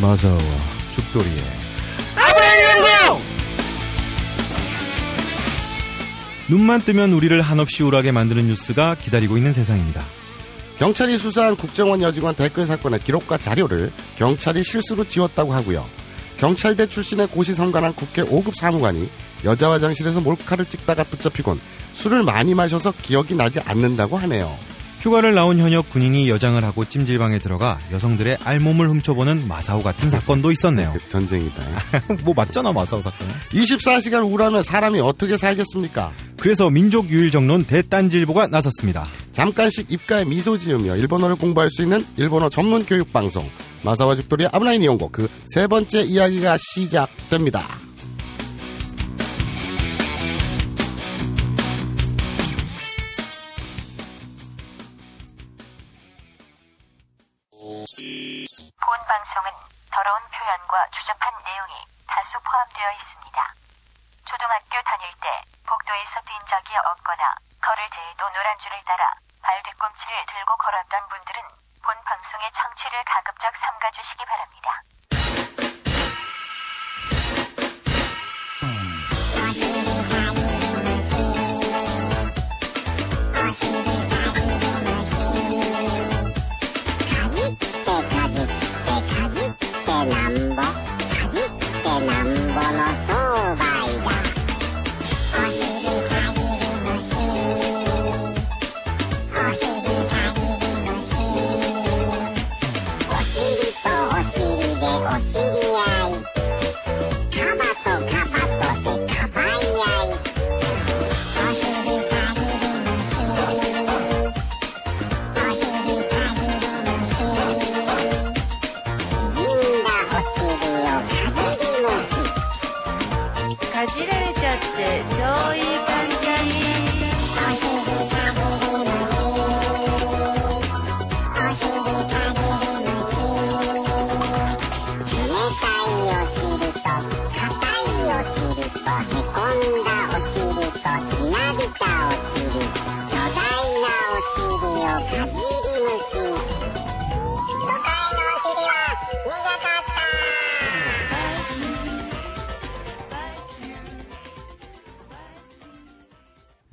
마사와 죽돌이의 눈만 뜨면 우리를 한없이 우울하게 만드는 뉴스가 기다리고 있는 세상입니다. 경찰이 수사한 국정원 여직원 댓글 사건의 기록과 자료를 경찰이 실수로 지웠다고 하고요. 경찰대 출신의 고시 성관한 국회 5급 사무관이 여자 화장실에서 몰카를 찍다가 붙잡히곤 술을 많이 마셔서 기억이 나지 않는다고 하네요. 휴가를 나온 현역 군인이 여장을 하고 찜질방에 들어가 여성들의 알몸을 훔쳐보는 마사오 같은 사건도 있었네요. 전쟁이다. 뭐 맞잖아 마사오 사건. 24시간 우울하면 사람이 어떻게 살겠습니까? 그래서 민족 유일 정론 대딴질보가 나섰습니다. 잠깐씩 입가에 미소 지으며 일본어를 공부할 수 있는 일본어 전문 교육 방송 마사와 죽돌이의 아브라인 이용고 그 세 번째 이야기가 시작됩니다. 본 방송은 더러운 표현과 추접한 내용이 다수 포함되어 있습니다. 초등학교 다닐 때 복도에서 뛴 적이 없거나 걸을 때에도 노란 줄을 따라 발 뒤꿈치를 들고 걸었던 분들은 본 방송의 청취를 가급적 삼가주시기 바랍니다.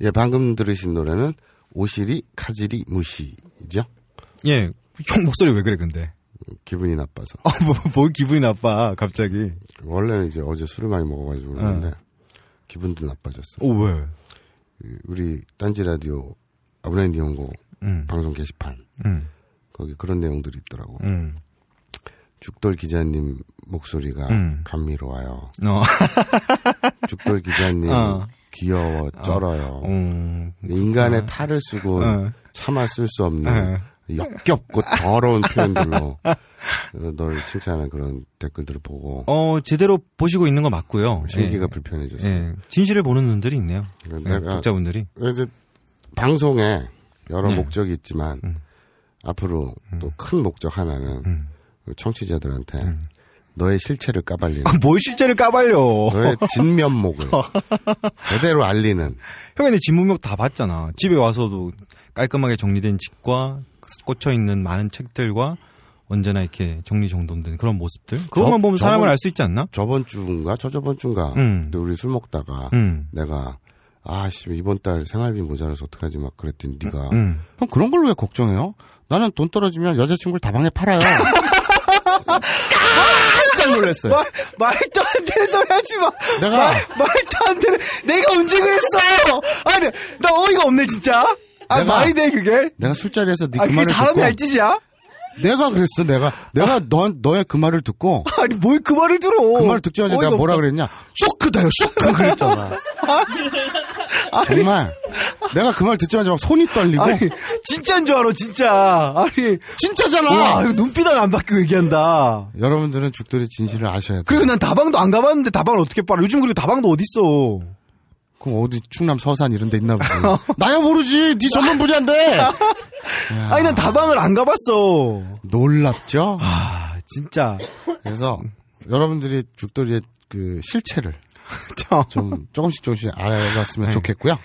예, 방금 들으신 노래는 오시리 카지리 무시죠? 예, 형 목소리 왜 그래 근데? 기분이 나빠서. 아뭐 뭐 기분이 나빠 갑자기? 원래는 이제 어제 술을 많이 먹어가지고 그런데 어. 기분도 나빠졌어. 오 왜? 우리 딴지 라디오 아브라인 이용고 음, 방송 게시판 음, 거기 그런 내용들이 있더라고. 음. 죽돌 기자님 목소리가 음. 감미로워요. 어, 죽돌 기자님 어. 귀여워 쩔어요. 음, 인간의 탈을 쓰고 어. 차마 쓸 수 없는 어. 역겹고 더러운 표현들로 널 칭찬하는 그런 댓글들을 보고 어 제대로 보시고 있는 거 맞고요. 심기가 예, 불편해졌어. 요 예, 진실을 보는 눈들이 있네요. 예, 내가 독자분들이. 이제 방송에 여러 네. 목적이 있지만 앞으로 또 큰 목적 하나는 그 음. 청취자들한테 너의 실체를 까발리는 아, 뭘 실제를 까발려? 너의 진면목을 제대로 알리는 형이 내 진문명 다 봤잖아. 집에 와서도 깔끔하게 정리된 집과 꽂혀 있는 많은 책들과 언제나 이렇게 정리정돈된 그런 모습들. 그것만 보면 저- 사람을 저건- 알 수 있지 않나? 저번 주인가 저저번 주인가 음. 근데 우리 술 먹다가 음. 내가 아씨 이번 달 생활비 모자라서 어떡하지 막 그랬더니 네가 음. 형 그런 걸 왜 걱정해요? 나는 돈 떨어지면 여자친구를 다방에 팔아요. 깜짝 놀랐어요. 말도 안 되는 소리 하지 마. 내가- 말도 안 되는. 내가 언제 그랬어? 아니 나 어이가 없네 진짜. 아, 내가- 말이 돼 아, 그게? 내가 술자리에서 네 그 말을 듣고 날짓이야? 내가 그랬어 내가 내가 넌 너의 그 말을 듣고 아니 뭘 그 말을 들어? 그 말을 듣자마자 내가 뭐라 그랬냐 쇼크다요 쇼크 그랬잖아 아. 정말 내가 그 말 듣자마자 막 손이 떨리고 진짜인 줄 알아 진짜. 아니 진짜잖아 와, 이거 눈빛 안 바뀌고 얘기한다. 여러분들은 죽돌이 진실을 아셔야 돼 그리고 난 다방도 안 가봤는데 다방을 어떻게 빨아? 요즘 그리고 다방도 어딨어? 그럼 어디 충남 서산 이런 데 있나 보지 어. 나야 모르지 네 전문 분야인데 아니 난 다방을 안 가봤어. 놀랍죠 아 진짜. 그래서 여러분들이 죽돌이의 그 실체를 참. 좀 조금씩 조금씩 네. 알아봤으면 좋겠고요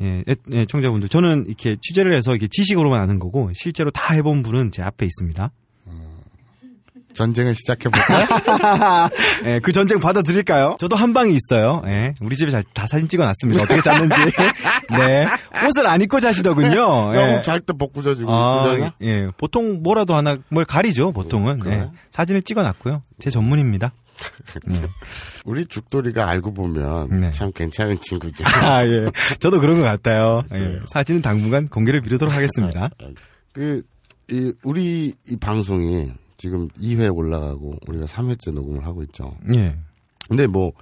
예, 예, 예, 청자분들 저는 이렇게 취재를 해서 이렇게 지식으로만 아는 거고 실제로 다 해본 분은 제 앞에 있습니다. 전쟁을 시작해볼까요? 예, 그 전쟁 받아들일까요? 저도 한 방이 있어요. 예, 우리 집에 잘- 다 사진 찍어놨습니다. 어떻게 짰는지. 네, 옷을 안 입고 자시더군요. 너무 예. 잘때 복구자 지금. 아, 아, 예, 보통 뭐라도 하나 뭘 가리죠. 보통은 그래? 예, 사진을 찍어놨고요. 제 전문입니다. 우리 죽돌이가 알고 보면 네. 참 괜찮은 친구죠. 아, 예. 저도 그런 것 같아요. 예. 사진은 당분간 공개를 미루도록 하겠습니다. 그, 이, 우리 이 방송이 지금 2회 올라가고 우리가 3회째 녹음을 하고 있죠. 예. 근데 뭐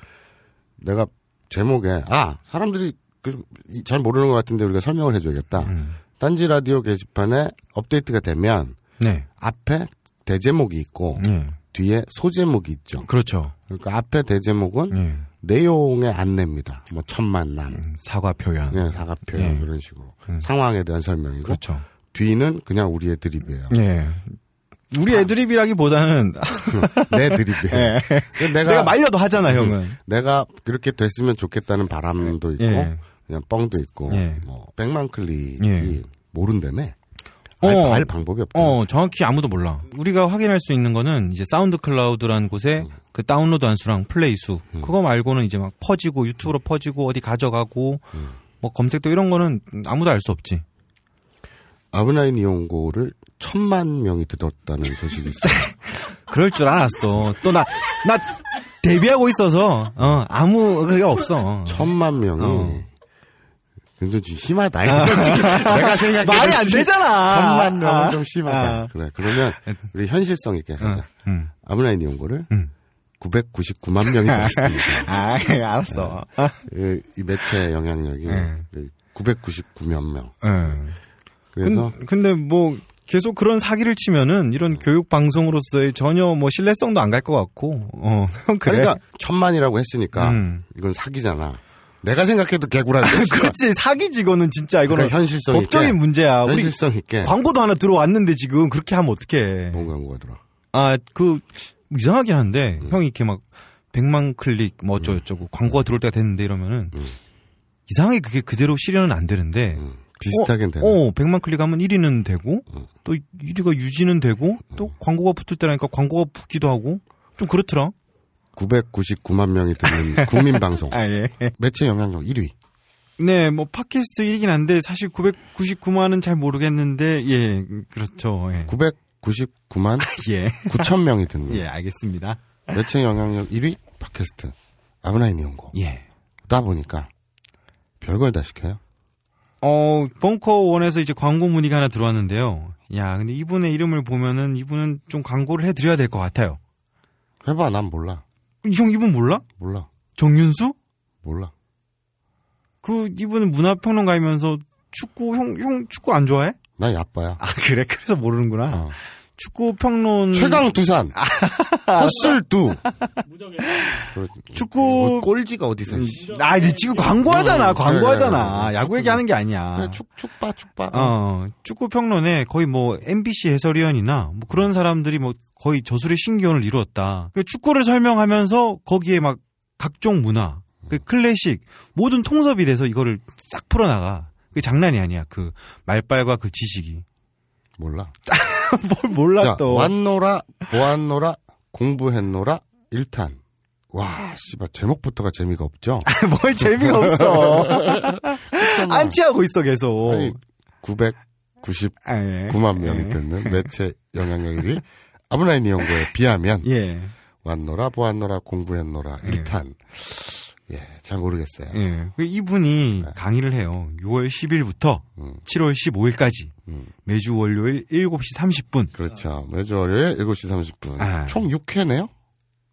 내가 제목에 아 사람들이 그- 이- 잘 모르는 것 같은데 우리가 설명을 해줘야겠다. 음. 딴지 라디오 게시판에 업데이트가 되면 네. 앞에 대제목이 있고 예. 뒤에 소제목이 있죠. 그렇죠. 그러니까 앞에 대제목은 예. 내용의 안내입니다. 뭐 첫 만남, 음, 사과 표현. 예, 사과표 예. 이런 식으로 음. 상황에 대한 설명이고 그렇죠. 뒤는 그냥 우리의 드립이에요. 예. 우리 애드립이라기보다는 내 드립이에요. 예. 그러니까 내가 내가 말려도 하잖아, 형은. 내가 그렇게 됐으면 좋겠다는 바람도 있고 예. 그냥 뻥도 있고 예. 뭐 백만 클릭이 예. 모른다며 어. 알, 알 방법이 없다 어, 정확히 아무도 몰라. 우리가 확인할 수 있는 거는 이제 사운드 클라우드라는 곳에 그 다운로드 한 수랑 플레이 수. 그거 말고는 이제 막 퍼지고 유튜브로 퍼지고 어디 가져가고 뭐 검색도 이런 거는 아무도 알 수 없지. 아브나인 이용고를 천만 명이 들었다는 소식이 있어요 그럴 줄 알았어. 또 나, 나 데뷔하고 있어서, 어, 아무, 그게 없어. 천만 명이 어. 아, 굉장히 좀 심하다 솔직히 내가 생각해 말이 안 되잖아. 천만 명은 아. 좀 심하다 아. 그래 그러면 우리 현실성 있게 하자 음. 아브나인 이용고를 음. 999만 명이 들었습니다 아, 예, 알았어. 아. 이, 이 매체의 영향력이 음. 999만 명 예. 그래서 근- 근데 뭐 계속 그런 사기를 치면은 이런 교육 방송으로서의 전혀 뭐 신뢰성도 안 갈 것 같고. 어. 그래. 그러니까 천만이라고 했으니까 음. 이건 사기잖아. 내가 생각해도 개구라인데. 씨발. 그렇지 사기지 이거는 진짜 이거는 그러니까 현실성 법적인 있게. 문제야. 우리 현실성 있게 광고도 하나 들어왔는데 지금 그렇게 하면 어떡해. 뭔 광고가 들어. 아 그 이상하긴 한데 음. 형이 이렇게 막 100만 클릭 뭐 어쩌고 저쩌고 광고가 들어올 때가 됐는데 이러면은 이상하게 그게 그대로 실현은 안 되는데 음, 비슷하긴 되네. 어, 100만 클릭하면 1위는 되고 음. 또 1위가 유지는 되고 또 광고가 붙을 때라니까 광고가 붙기도 하고 좀 그렇더라. 999만 명이 듣는 국민 방송 아 예. 매체 영향력 1위. 네, 뭐 팟캐스트 1위긴 한데 사실 999만은 잘 모르겠는데 예, 그렇죠. 예. 999만 예. 9천 명이 듣는 예, 알겠습니다. 매체 영향력 1위 팟캐스트 아브나인 이용고. 예. 그러다 보니까 별걸 다 시켜요. 어, 벙커원에서 이제 광고 문의가 하나 들어왔는데요. 야, 근데 이분의 이름을 보면은 이분은 좀 광고를 해드려야 될 것 같아요. 해봐 난 몰라 형, 이분 몰라? 몰라 정윤수? 몰라. 그, 이분은 문화평론가이면서 축구, 형, 형 축구 안 좋아해? 나 야빠야. 아, 그래? 그래서 모르는구나. 어. 축구 평론. 음. 최강 두산 헛슬 두. 뭐 축구. 꼴지가 어디서? 씨. 아, 근데 지금 광고하잖아, 네, 광고하잖아. 그래, 야구 얘기하는 게 아니야. 그래, 축, 축바, 축바. 음. 어, 축구 평론에 거의 뭐 MBC 해설위원이나 뭐 그런 사람들이 뭐 거의 저술의 신기원을 이루었다. 그 축구를 설명하면서 거기에 막 각종 문화, 그 클래식 모든 통섭이 돼서 이거를 싹 풀어나가. 그게 장난이 아니야. 그 말빨과 그 지식이. 몰라. 뭘 몰라 자, 또. 왔노라, 보았노라, 공부했노라, 일탄 와, 씨발, 제목부터가 재미가 없죠? 뭘 재미가 없어. 안티하고 있어 계속. 아니, 999만 아, 예. 명이 듣는 매체 영향력이 아브나인 이용고에 비하면, 예. 왔노라, 보았노라, 공부했노라, 일탄 예, 잘 모르겠어요. 예. 그 이분이 강의를 해요. 6월 10일부터 네. 음. 7월 15일까지 음. 매주 월요일 7시 30분. 그렇죠. 매주 월요일 7시 30분. 아. 총 6회네요?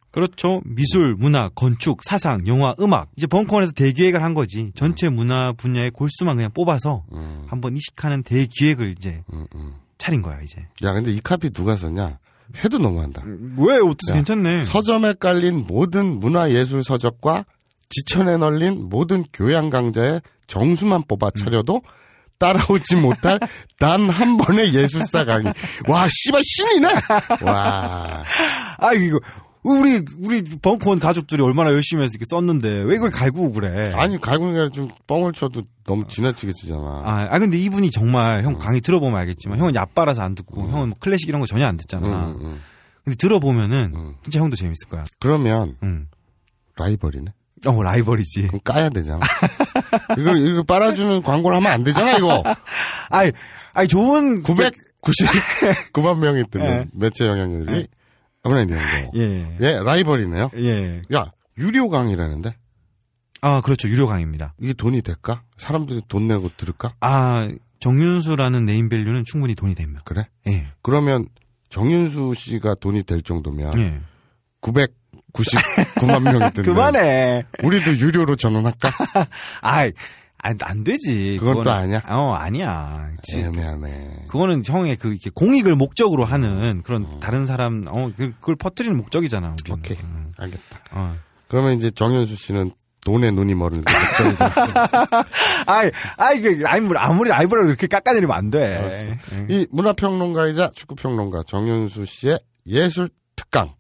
그렇죠. 미술, 문화, 건축, 사상, 영화, 음악. 이제 벙커원에서 대기획을 한 거지. 전체 문화 분야의 골수만 그냥 뽑아서 음, 한번 이식하는 대기획을 이제 음, 음. 차린 거야, 이제. 야, 근데 이 카피 누가 썼냐? 해도 너무한다. 왜? 어떻게 야, 괜찮네. 서점에 깔린 모든 문화예술 서적과 지천에 널린 모든 교양 강좌의 정수만 음. 뽑아 차려도 따라오지 못할 단 한 번의 예술사 강의. 와, 씨발 신이네. 와. 아, 이거. 우리, 우리 벙커원 가족들이 얼마나 열심히 해서 이렇게 썼는데 왜 이걸 갈구고 그래. 아니 갈고니가 좀 뻥을 쳐도 너무 지나치게 치잖아. 아, 아, 근데 이분이 음. 정말 형 강의 들어보면 알겠지만 형은 야빠라서 안 듣고 형은 뭐 클래식 이런 거 전혀 안 듣잖아. 음, 음. 근데 들어보면은 음. 진짜 형도 재밌을 거야. 그러면 음. 라이벌이네. 어 라이벌이지. 그럼 까야 되잖아. 이거 이거 빨아주는 광고를 하면 안 되잖아 이거. 아이 아이 좋은 999만 명이 예. 뜨는 매체 영향률이 아무나 있는 거. 예. 예, 라이벌이네요. 예. 야, 유료 강의라는데 아 그렇죠 유료 강입니다. 이게 돈이 될까? 사람들이 돈 내고 들을까? 아 정윤수라는 네임밸류는 충분히 돈이 됩니다. 그래? 예. 그러면 정윤수 씨가 돈이 될 정도면 예. 999만 명이 뜨는. 그만해. 우리도 유료로 전환할까? 아이 안, 안 되지. 그건 또 그거는- 아니야? 어 아니야. 지- 애매하네. 그거는 형의 그 이렇게 공익을 목적으로 하는 그런 다른 사람 어 그- 그걸 퍼뜨리는 목적이잖아. 우리는. 오케이. 음, 알겠다. 어. 그러면 이제 정윤수 씨는 돈에 눈이 멀은 걱정이 아이 아이 그 아무리 아무리 라이벌로 이렇게 깎아내리면 안 돼. 알았어. 예. 이 문화평론가이자 축구평론가 정윤수 씨의 예술 특강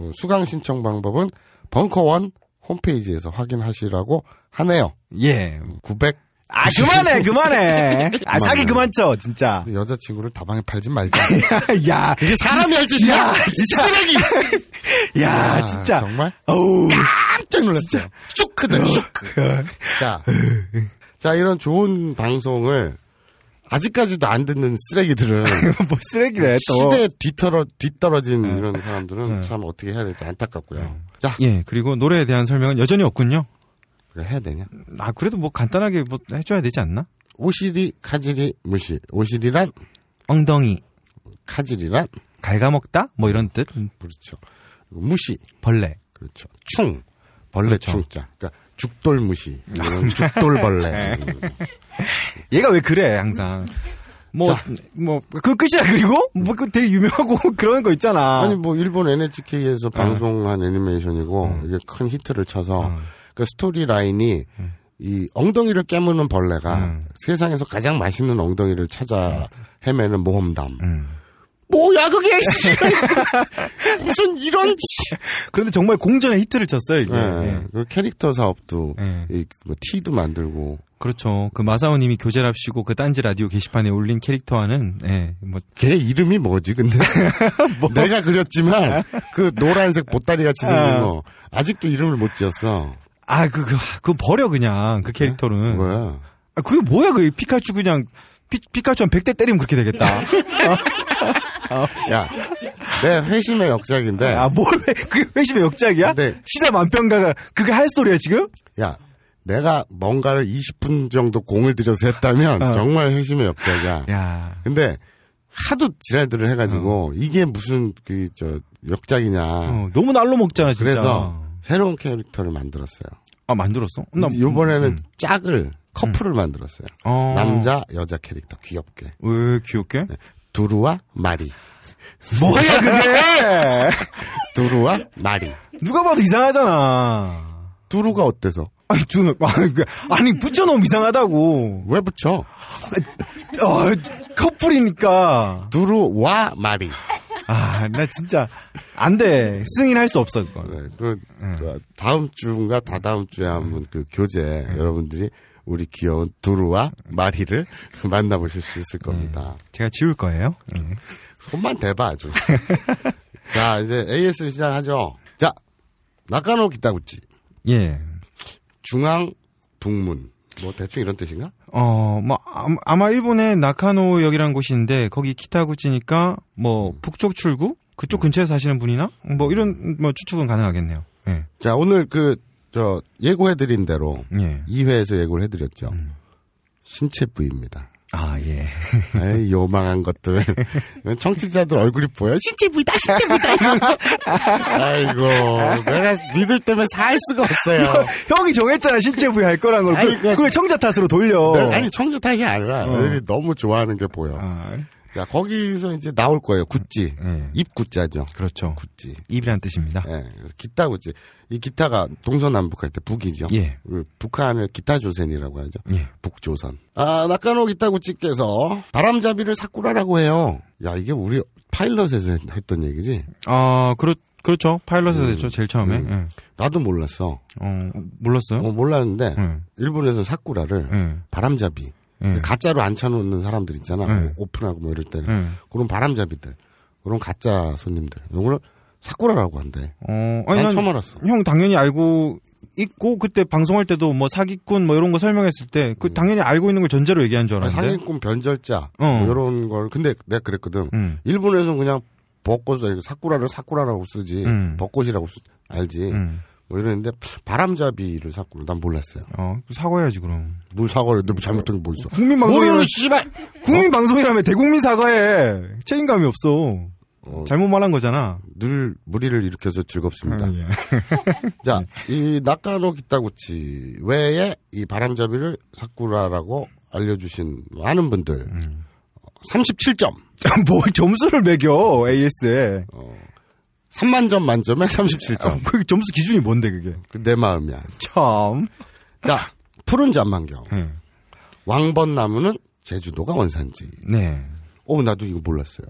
어, 수강 신청 방법은 벙커원 홈페이지에서 확인하시라고 하네요. 예. 900 아 그만해 그만해. 아 사기 그만 쳐 진짜. 여자친구를 다방에 팔지 말자. 야 이게 사람이 할 야, 짓이야. 진짜. 쓰레기. 야, 아, 진짜. 정말 어우. 깜짝 놀랐어요. 쇼크들 쇼크. 자, 자 이런 좋은 방송을 아직까지도 안 듣는 쓰레기들은 뭐 쓰레기래 또. 네. 시대에 뒤떨어 뒤떨어진 이런 사람들은 참 어떻게 해야 될지 안타깝고요. 자, 예, 그리고 노래에 대한 설명은 여전히 없군요. 그래 해야 되냐? 아, 그래도 뭐 간단하게 뭐 해줘야 되지 않나? 오시리 카지리 무시. 오시리란 엉덩이, 카지리란 갉아먹다? 뭐 이런 뜻? 음, 그렇죠. 그리고 무시 벌레. 그렇죠. 충 벌레 충자. 그러니까 죽돌 무시. 이런 죽돌 벌레. 얘가 왜 그래, 항상. 뭐, 자. 뭐, 그 끝이야, 그리고? 뭐, 그 되게 유명하고 그런 거 있잖아. 아니 뭐 일본 NHK에서 방송한 애니메이션이고 이게 큰 히트를 쳐서 그 스토리 라인이 이 엉덩이를 깨무는 벌레가 세상에서 가장 맛있는 엉덩이를 찾아 헤매는 모험담. 음. 뭐야 그게 씨. 무슨 이런 씨. 그런데 정말 공전의 히트를 쳤어요, 이게. 예. 예. 그 캐릭터 사업도 예. 이, 뭐 티도 만들고 그렇죠. 그 마사오님이 교재랍시고 그 딴지 라디오 게시판에 올린 캐릭터와는, 예, 뭐, 걔 이름이 뭐지 근데 내가 그렸지만 그 노란색 보따리 같이 생긴 거 아직도 이름을 못 지었어 아, 그, 그, 그 버려, 그냥, 네. 그 캐릭터는. 뭐야 아, 그게 뭐야, 그 피카츄 그냥, 피, 피카츄 한 100대 때리면 그렇게 되겠다. 야내 회심의 역작인데 아, 뭘, 해? 그게 회심의 역작이야? 네. 시사 만평가가 그게 할 소리야, 지금? 야 내가 뭔가를 20분 정도 공을 들여서 했다면 어. 정말 회심의 역작이야 예. 야 근데 하도 지랄들을 해가지고 이게 무슨 그 저 역작이냐 어, 너무 날로 먹잖아, 진짜. 그래서 새로운 캐릭터를 만들었어요. 아, 만들었어? 이제 이번에는 음. 짝을 커플을 만들었어요. 어. 남자 네. 여자 캐릭터 귀엽게 왜 귀엽게? 두루와 마리, 뭐야, 그게! 두루와 마리. 누가 봐도 이상하잖아. 두루가 어때서? 아니, 두, 아니, 그- 아니, 붙여놓으면 이상하다고. 왜 붙여? 어, 커플이니까. 두루와 마리. 네, 아, 나 진짜, 안 돼. 승인할 수 없어, 그건. 네, 그 다음 주인가 다다음 주에 한번 그 교재 여러분들이 우리 귀여운 두루와 마리를 만나보실 수 있을 겁니다. 제가 지울 거예요. 예. 손만 대봐 아주. 자 이제 AS 시작하죠. 자 나카노 기타구치. 예. 중앙 동문 뭐 대충 이런 뜻인가? 어, 뭐, 아마- 아마 일본의 나카노역이라는 곳인데, 거기 키타구치니까, 뭐, 북쪽 출구? 그쪽 근처에 사시는 분이나? 뭐, 이런, 뭐, 추측은 가능하겠네요. 예. 자 오늘 그 저 예고해드린 대로 예. 2회에서 예고를 해드렸죠. 신체 부위입니다. 아, 예. 에이, 요망한 것들. 청취자들 얼굴이 보여? 신체 부위다, 신체 부위다. 이러면서. 아이고, 내가 니들 때문에 살 수가 없어요. 형이 정했잖아, 실제 부위 할 거란 걸. 아니, 그, 그러니까- 그걸 청자 탓으로 돌려. 어. 내가- 아니, 청주 탓이 아니라 애들이 너무 좋아하는 게 보여. 아, 자, 거기서 이제 나올 거예요. 구찌. 예. 입 구자죠. 그렇죠. 구찌. 입이란 뜻입니다. 예, 그래서 기타 구찌. 이 기타가 동서남북할 때 북이죠. 예. 그 북한을 기타 조선이라고 하죠. 예. 북조선. 아, 나카노 기타 구찌께서 바람잡이를 사쿠라라고 해요. 야, 이게 우리 파일럿에서 했- 했던 얘기지. 아, 그렇, 그렇죠. 파일럿에서 됐죠, 제일 처음에. 예. 나도 몰랐어. 어, 몰랐어요? 어, 몰랐는데 예. 일본에서 사쿠라를 예. 바람잡이 예. 가짜로 안 차놓는 사람들 있잖아. 네. 오픈하고 뭐 이럴 때는 예. 그런 바람잡이들 그런 가짜 손님들. 이거를 사쿠라라고 한대. 어, 아니, 난 난 처음 알았어. 형 당연히 알고 있고 그때 방송할 때도 뭐 사기꾼 뭐 이런 거 설명했을 때 그 당연히 알고 있는 걸 전제로 얘기한 줄 아니, 알았는데. 상인꾼 변절자 어. 뭐 이런 걸 근데 내가 그랬거든. 음. 일본에서는 그냥 벚꽃 아니, 사쿠라를 사쿠라라고 쓰지 음. 벚꽃이라고 쓰, 알지. 음. 뭐 이랬는데 바람잡이를 사쿠라 난 몰랐어요. 어, 사과해야지 그럼. 뭘 사과를 했는데 뭐 잘못된 게뭐 있어? 국민 모르는 방송이라며 어? 씨발. 국민 방송이라며 대국민 사과해. 책임감이 없어. 어, 잘못 말한 거잖아. 늘 무리를 일으켜서 즐겁습니다. 아, 예. 자, 이 나카노 기타구치 외에 이 바람잡이를 사쿠라라고 알려주신 많은 분들 음. 37점, 뭘뭐 점수를 매겨 AS에. 3만 점 만점에 37점. 그 점수 기준이 뭔데 그게? 그 내 마음이야. 참. 자, 푸른 잔망경, 네. 왕벚나무는 제주도가 원산지. 네. 어, 나도 이거 몰랐어요.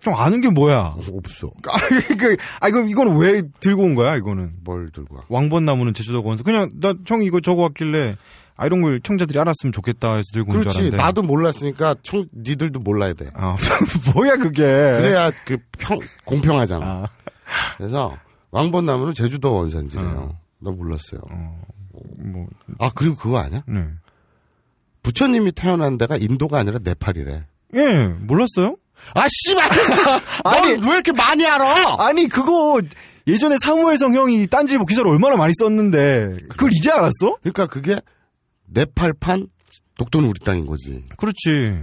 좀 아는 게 뭐야? 어, 없어. 아, 그, 아 이거 이건 왜 들고 온 거야 이거는? 뭘 들고 와? 왕벚나무는 제주도 원서 그냥 나 형 이거 저거 왔길래 아 이런 걸 청자들이 알았으면 좋겠다 해서 들고 온 줄 그렇지. 알았는데. 나도 몰랐으니까 총 니들도 몰라야 돼. 아 뭐야 그게? 그래야 그 평, 공평하잖아. 그래서 왕벚나무는 제주도 원산지래요. 나 몰랐어요. 뭐 아, 그리고 그거 아냐? 네. 부처님이 태어난 데가 인도가 아니라 네팔이래. 예 몰랐어요? 아, 씨발! 아니. 넌왜 이렇게 많이 알아? 아니 그거 예전에 사무엘성 형이 딴지보 기사를 얼마나 많이 썼는데 그걸 이제 알았어? 그러니까 그게 네팔판 독도는 우리 땅인 거지. 그렇지.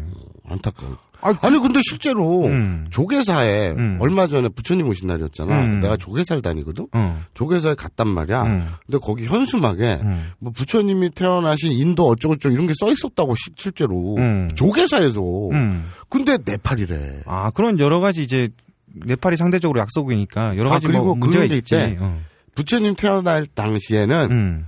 안타까워. 아, 아니, 근데 실제로 음. 조계사에 음. 얼마 전에 부처님 오신 날이었잖아. 음. 내가 조계사를 다니거든? 어. 조계사에 갔단 말이야. 음. 근데 거기 현수막에 음. 뭐 부처님이 태어나신 인도 어쩌고저쩌고 이런 게 써 있었다고 시- 실제로 음. 조계사에서 음. 근데 네팔이래. 아 그런 여러 가지 이제 네팔이 상대적으로 약소국이니까 여러 아, 가지 그리고 뭐 문제가 그런 게 있지. 있대. 어. 부처님 태어날 당시에는 음.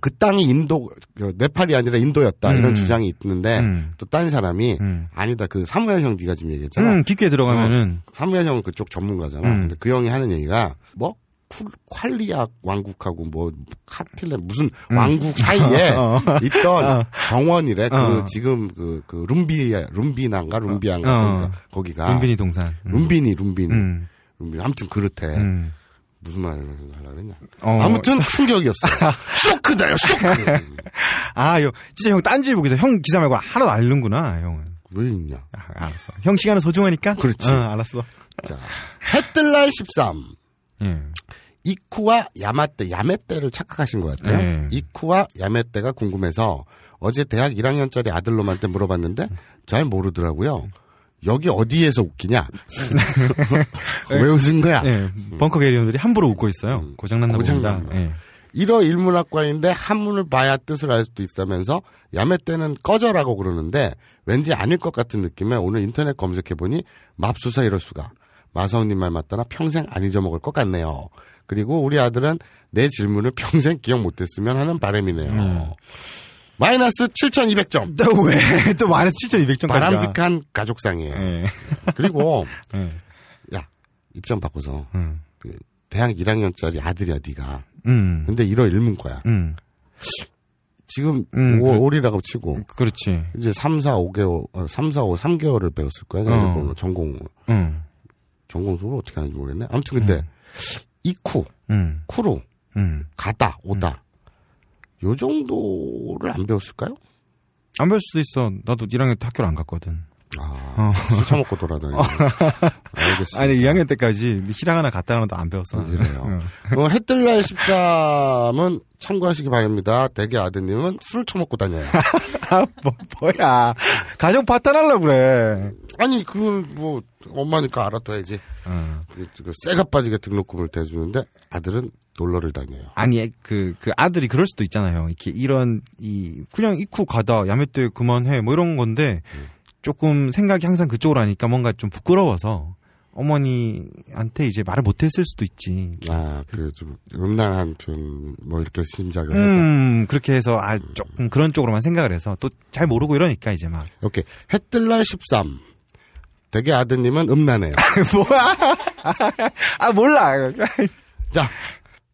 그 땅이 인도 그 네팔이 아니라 인도였다 이런 음. 주장이 있는데 음. 또 딴 사람이 음. 아니다 그 사무엘 형 네가 지금 얘기했잖아. 음, 깊게 들어가면은 사무엘 형은 그쪽 전문가잖아. 음. 근데 그 형이 하는 얘기가 뭐 쿨- 콸리아 왕국하고 뭐 카틸레 무슨 음. 왕국 사이에 있던 정원이래. 그 어. 지금 그, 그 룸비 룸비난가 룸비안가 그러니까 어. 거기가 거기가 윤빈이 동산. 음. 룸비니 룸비니 음. 룸비니 아무튼 그렇대. 음. 무슨 말을 하려고 그랬냐. 어. 아무튼 충격이었어. 쇼크다요, 쇼크. 아, 요, 진짜 형 딴지 보기서 형 기사 말고 하나도 알는구나, 형은. 왜 있냐. 아, 알았어. 형 시간은 소중하니까. 그렇지. 어, 알았어. 자, 해뜰날 13. 예. 이쿠와 야마떼, 야메떼를 착각하신 것 같아요. 네. 이쿠와 야메떼가 궁금해서 어제 대학 1학년짜리 아들놈한테 물어봤는데 잘 모르더라고요. 여기 어디에서 웃기냐? 왜 웃은 거야? 예. 벙커 게리언들이 함부로 웃고 있어요. 고장났나 음. 고장났나 봅니다. 봐. 예. 일어 일문학과인데 한문을 봐야 뜻을 알 수도 있다면서 야메떼는 꺼져라고 그러는데 왠지 아닐 것 같은 느낌에 오늘 인터넷 검색해보니 맙수사 이럴 수가 마성님 말 맞다나 평생 안 잊어먹을 것 같네요. 그리고 우리 아들은 내 질문을 평생 기억 못했으면 하는 바람이네요. 마이너스 7,200점. 또 왜? 또 마이너스 7,200점까지. 바람직한 가족상이에요. 예. 그리고 예. 야 입장 바꿔서 음. 그 대학 1학년짜리 아들이야 네가. 음. 근데 일어 일문과야. 음. 지금 음, 5월이라고 치고 그렇지. 이제 3, 4, 5개월, 어, 3, 4, 5, 3개월을 배웠을 거야. 어. 일본어 전공, 음. 전공 수업을 어떻게 하는지 모르겠네. 아무튼 근데, 이쿠, 음. 쿠루, 음. 가다, 오다. 요 정도를 안 배웠을까요? 안 배울 수도 있어. 나도 1학년 때 학교를 안 갔거든. 아, 술 처먹고 돌아다니는. 알겠습니다. 아니, 2학년 때까지 히라가나 갔다 하나도 안 배웠어. 나는. 이래요. 어, 해뜰날 13은 참고하시기 바랍니다. 대개 아드님은 술 처먹고 다녀요. 아, 뭐, 뭐야. 가정 파탄하려고 그래. 아니, 그건 뭐, 엄마니까 알아둬야지. 그, 그, 쇠가 빠지게 등록금을 대주는데 아들은 놀러를 다녀요. 아니, 그, 그 아들이 그럴 수도 있잖아요. 이렇게 이런, 이, 그냥 입쿠 가다, 야매 때 그만해, 뭐 이런 건데, 조금 생각이 항상 그쪽으로 하니까 뭔가 좀 부끄러워서, 어머니한테 이제 말을 못했을 수도 있지. 아, 그 좀 음란한 표현 뭐 이렇게 심작을 해서 음. 음, 그렇게 해서, 아, 조금 그런 쪽으로만 생각을 해서, 또 잘 모르고 이러니까 이제 막. 오케이 해뜰날 13 대개 아드님은 음란해요. 뭐야? 아, 몰라. 자,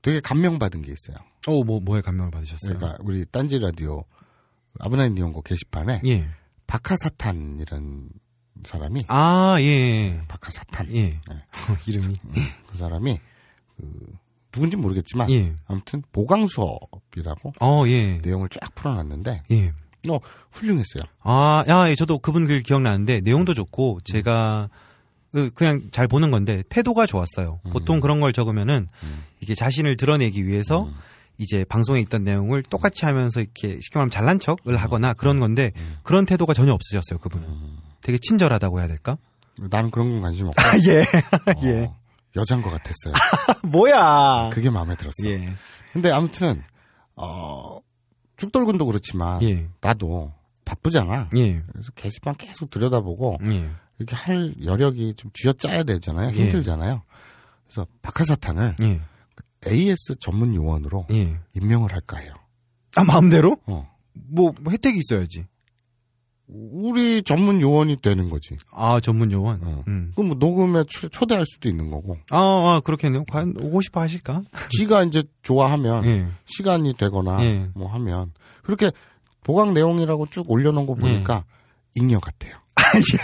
되게 감명받은 게 있어요. 어, 뭐, 뭐에 감명을 받으셨어요? 그러니까 우리 딴지 라디오 아브나인 니온고 게시판에 예. 박하사탄이라는 사람이 아, 예, 예. 박하사탄 예. 이름이. 그 사람이 그 누군지 모르겠지만 예. 아무튼 보강 수업이라고 어, 예. 내용을 쫙 풀어놨는데 예. 어 훌륭했어요. 아, 야, 예, 저도 그분 글 기억나는데 내용도 좋고 제가 그- 그냥 잘 보는 건데 태도가 좋았어요. 보통 그런 걸 적으면은 이게 자신을 드러내기 위해서 이제 방송에 있던 내용을 똑같이 하면서 이렇게 쉽게 말하면 잘난 척을 하거나 그런 건데 그런 태도가 전혀 없으셨어요, 그분은. 되게 친절하다고 해야 될까? 음. 나는 그런 건 관심 없고 예. 어, 여자인 것 같았어요. 뭐야. 그게 마음에 들었어. 요 예. 근데 아무튼 어 죽돌군도 그렇지만 예. 나도 바쁘잖아. 예. 그래서 게시판 계속 들여다보고 예. 이렇게 할 여력이 좀 쥐어짜야 되잖아요. 예. 힘들잖아요. 그래서 박하사탄을 예. AS 전문 요원으로 예. 임명을 할까 해요. 아, 마음대로? 어. 뭐, 뭐 혜택이 있어야지. 우리 전문 요원이 되는 거지. 아, 전문 요원. 어. 음. 그럼 뭐 녹음에 초- 초대할 수도 있는 거고. 아, 아, 그렇겠네요. 과연 오고 싶어 하실까? 지가 이제 좋아하면 예. 시간이 되거나 예. 뭐 하면 그렇게 보강 내용이라고 쭉 올려놓은 거 예. 보니까 잉여 같아요.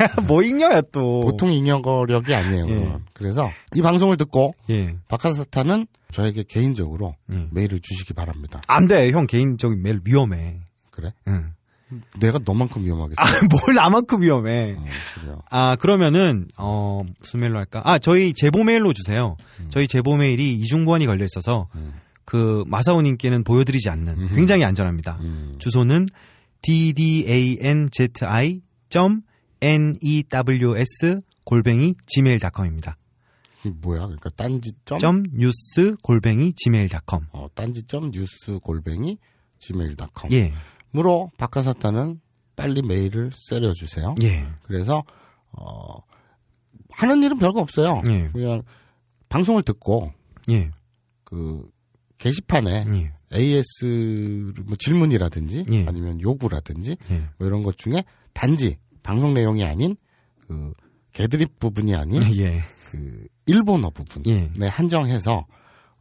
야, 뭐 읽냐야 또. 보통 잉여거력이 아니에요. 예. 그건. 그래서 이 방송을 듣고 예. 박하사탄은 저에게 개인적으로 예. 메일을 주시기 바랍니다. 안 돼. 형 개인적인 메일 위험해. 그래? 응. 내가 너만큼 위험하겠어. 아, 뭘 나만큼 위험해. 어, 그래요. 아, 그러면은 어, 무슨 메일로 할까? 아, 저희 제보 메일로 주세요. 저희 제보 메일이 이중구원이 걸려 있어서 음. 그 마사오 님께는 보여 드리지 않는 굉장히 안전합니다. 음. 주소는 ddanzi.news e 골뱅이 gmail.com입니다. 이게 뭐야? 그러니까 딴지 점, 점 뉴스 골뱅이 gmail.com. 어, 딴지 점 뉴스 골뱅이 gmail.com. 예. 으로 박하사탄은 빨리 메일을 썰려주세요. 예. 그래서 어, 하는 일은 별거 없어요. 예. 그냥 방송을 듣고 예. 그 게시판에 예. AS 뭐 질문이라든지 예. 아니면 요구라든지 예. 뭐 이런 것 중에 단지 방송 내용이 아닌 그 개드립 부분이 아닌 예. 그 일본어 부분에 예. 한정해서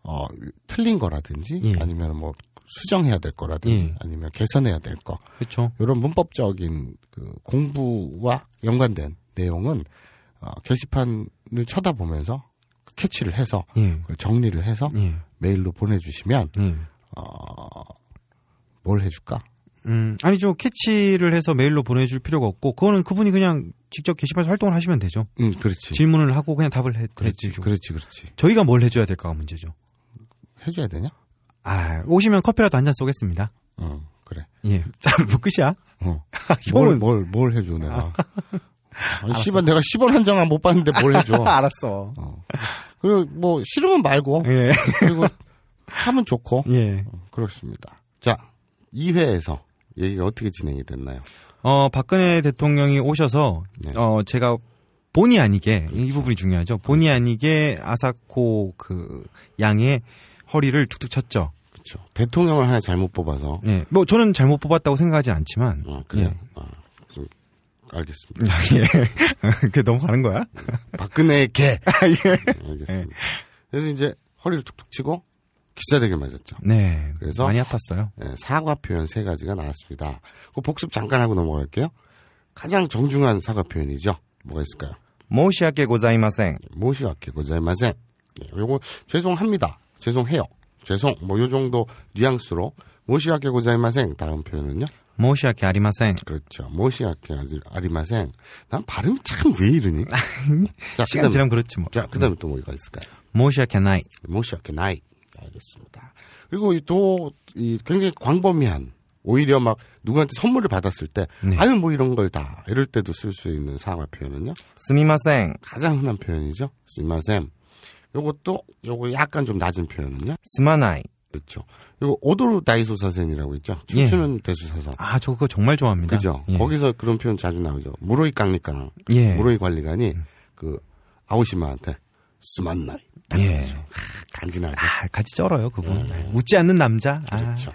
어 틀린 거라든지 예. 아니면 뭐 수정해야 될 거라든지 예. 아니면 개선해야 될 거 그렇죠. 이런 문법적인 그 공부와 연관된 내용은 어, 게시판을 쳐다보면서 캐치를 해서 예. 그걸 정리를 해서 예. 메일로 보내주시면 예. 어, 뭘 해줄까? 음, 아니죠. 캐치를 해서 메일로 보내줄 필요가 없고, 그거는 그분이 그냥 직접 게시판에서 활동을 하시면 되죠. 응, 음, 그렇지. 질문을 하고 그냥 답을 해, 그렇지, 해주죠. 그렇지, 그렇지. 저희가 뭘 해줘야 될까가 문제죠. 해줘야 되냐? 아, 오시면 커피라도 한 잔 쏘겠습니다. 응, 어, 그래. 예. 뭐 끝이야? 어. 뭘, 형은- 뭘, 뭘 해줘, 내가. 아니, 씨발, 내가 10원 한 장만 못 봤는데 뭘 해줘. 알았어. 어. 그리고 뭐, 싫으면 말고. 예. 그리고 하면 좋고. 예. 어, 그렇습니다. 자, 2회에서 얘기가 어떻게 진행이 됐나요? 어, 박근혜 대통령이 오셔서, 네. 그렇죠. 어, 제가 본의 아니게, 이 부분이 중요하죠. 본의 아니게 아사코 그 양의 허리를 툭툭 쳤죠. 그렇죠. 대통령을 하나 잘못 뽑아서. 예. 뭐 저는 잘못 뽑았다고 생각하진 않지만, 어, 그래요. 아, 좀 알겠습니다. 예. 그게 너무 가는 거야? 박근혜의 개. 예. 알겠습니다. 그래서 이제 허리를 툭툭 치고 기자되게 맞았죠. 네. 그래서- 많이 아팠어요. 예, 사과 표현 세 가지가 나왔습니다. 그 복습 잠깐 하고 넘어갈게요. 가장 정중한 사과 표현이죠. 뭐가 있을까요? 申し訳ございません。 모시와케 고자이마센. 예, 요거 죄송합니다. 죄송해요. 죄송. 뭐 요 정도 뉘앙스로 모시와케 고자이마센. 다음 표현은요? 申し訳ありません。 그렇죠. 모시와케 아지- 아리마센. 난 발음이 참 왜 이러니? 자, 시간 아, 그다음 지나면 그렇지 뭐. 자, 그다음에 또 뭐가 있을까요? 申し訳ない。 모시아케 나이. 알겠습니다. 그리고 이 또, 이 굉장히 광범위한, 오히려 막 누구한테 선물을 받았을 때, 네. 아유, 뭐 이런 걸 다, 이럴 때도 쓸 수 있는 상황 표현은요? すみません。 가장 흔한 표현이죠. 스마셈. 요것도, 요거 약간 좀 낮은 표현은요? すまない。 그렇죠. 요거 오도르 다이소사센이라고 있죠. 춤추는 대수사사. 아, 저 그거 정말 좋아합니다. 그죠? 예. 거기서 그런 표현 자주 나오죠. 무로이 깡리깡. 예. 무로이 관리관이 그, 아오시마한테, 스만나이. 그렇죠. 예. 간지나죠. 아, 같이 쩔어요, 그분. 웃지 않는 남자. 아. 음. 그렇죠.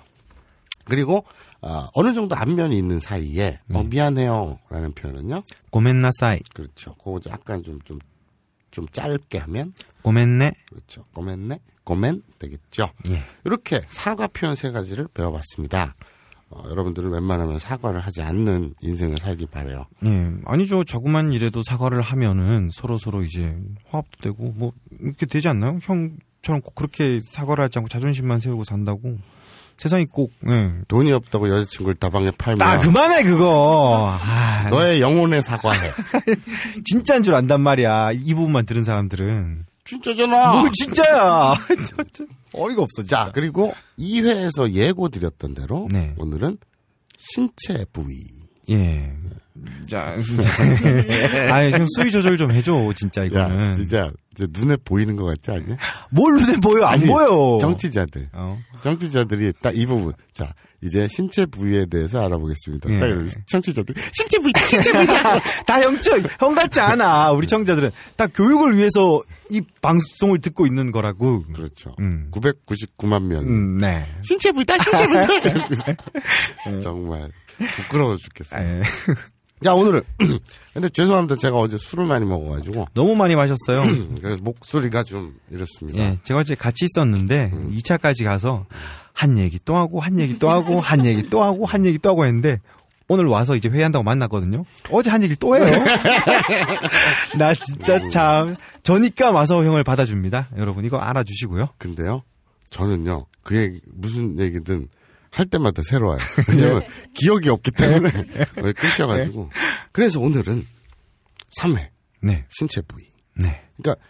그리고 어, 어느 정도 안면이 있는 사이에 어, 음. 미안해요라는 표현은요. ごめんなさい。 그렇죠. 그거 약간 좀 좀 좀 짧게 하면 ごめんね。 그렇죠. 고멘네 고멘 되겠죠. 예. 이렇게 사과 표현 세 가지를 배워봤습니다. 어, 여러분들은 웬만하면 사과를 하지 않는 인생을 살길 바래요. 예, 아니죠. 자꾸만 이래도 사과를 하면은 서로 서로 이제 화합도 되고 뭐 이렇게 되지 않나요? 형처럼 꼭 그렇게 사과를 하지 않고 자존심만 세우고 산다고 세상이 꼭 예. 돈이 없다고 여자친구를 다방에 팔면 아 그만해 그거. 아, 너의 영혼에 사과해. 진짜인 줄 안단 말이야. 이 부분만 들은 사람들은. 진짜잖아. 뭘 진짜야. 어이가 없어 진짜. 자 그리고 2회에서 예고 드렸던 대로 네. 오늘은 신체 부위. 예. 자, 아니 좀 수위 조절 좀 해줘 진짜 이거는. 야 진짜 이제 눈에 보이는 것 같지 않냐? 뭘 눈에 보여 안 아니, 보여. 정치자들. 어. 정치자들이 딱 이 부분. 자, 이제 신체 부위에 대해서 알아보겠습니다. 예. 딱 이러면 청취자들 신체 부위, 신체 부위. 다 형적 형 같지 않아 우리 청자들은 다 교육을 위해서 이 방송을 듣고 있는 거라고. 그렇죠. 음. 999만 명. 음, 네. 신체 부위다, 신체 부위다. 이러고 있어요. 음. 정말 부끄러워 죽겠어요. 에, 야, 오늘은 근데 죄송합니다. 제가 어제 술을 많이 먹어가지고 음, 너무 많이 마셨어요. 그래서 목소리가 좀 이렇습니다. 예, 제가 어제 같이 있었는데 2차까지 가서 한 얘기 또 하고 한 얘기 또 하고 한 얘기 또 하고 한 얘기 또 하고 했는데 오늘 와서 이제 회의한다고 만났거든요. 어제 한 얘기를 또 해요. 나 진짜 참 저니까 와서 형을 받아줍니다. 여러분 이거 알아주시고요. 근데요, 저는요 그 얘기 무슨 얘기든 할 때마다 새로워요. 왜냐면 기억이 없기 때문에 왜 끊겨가지고. 그래서 오늘은 3회 네, 신체 부위. 네. 그러니까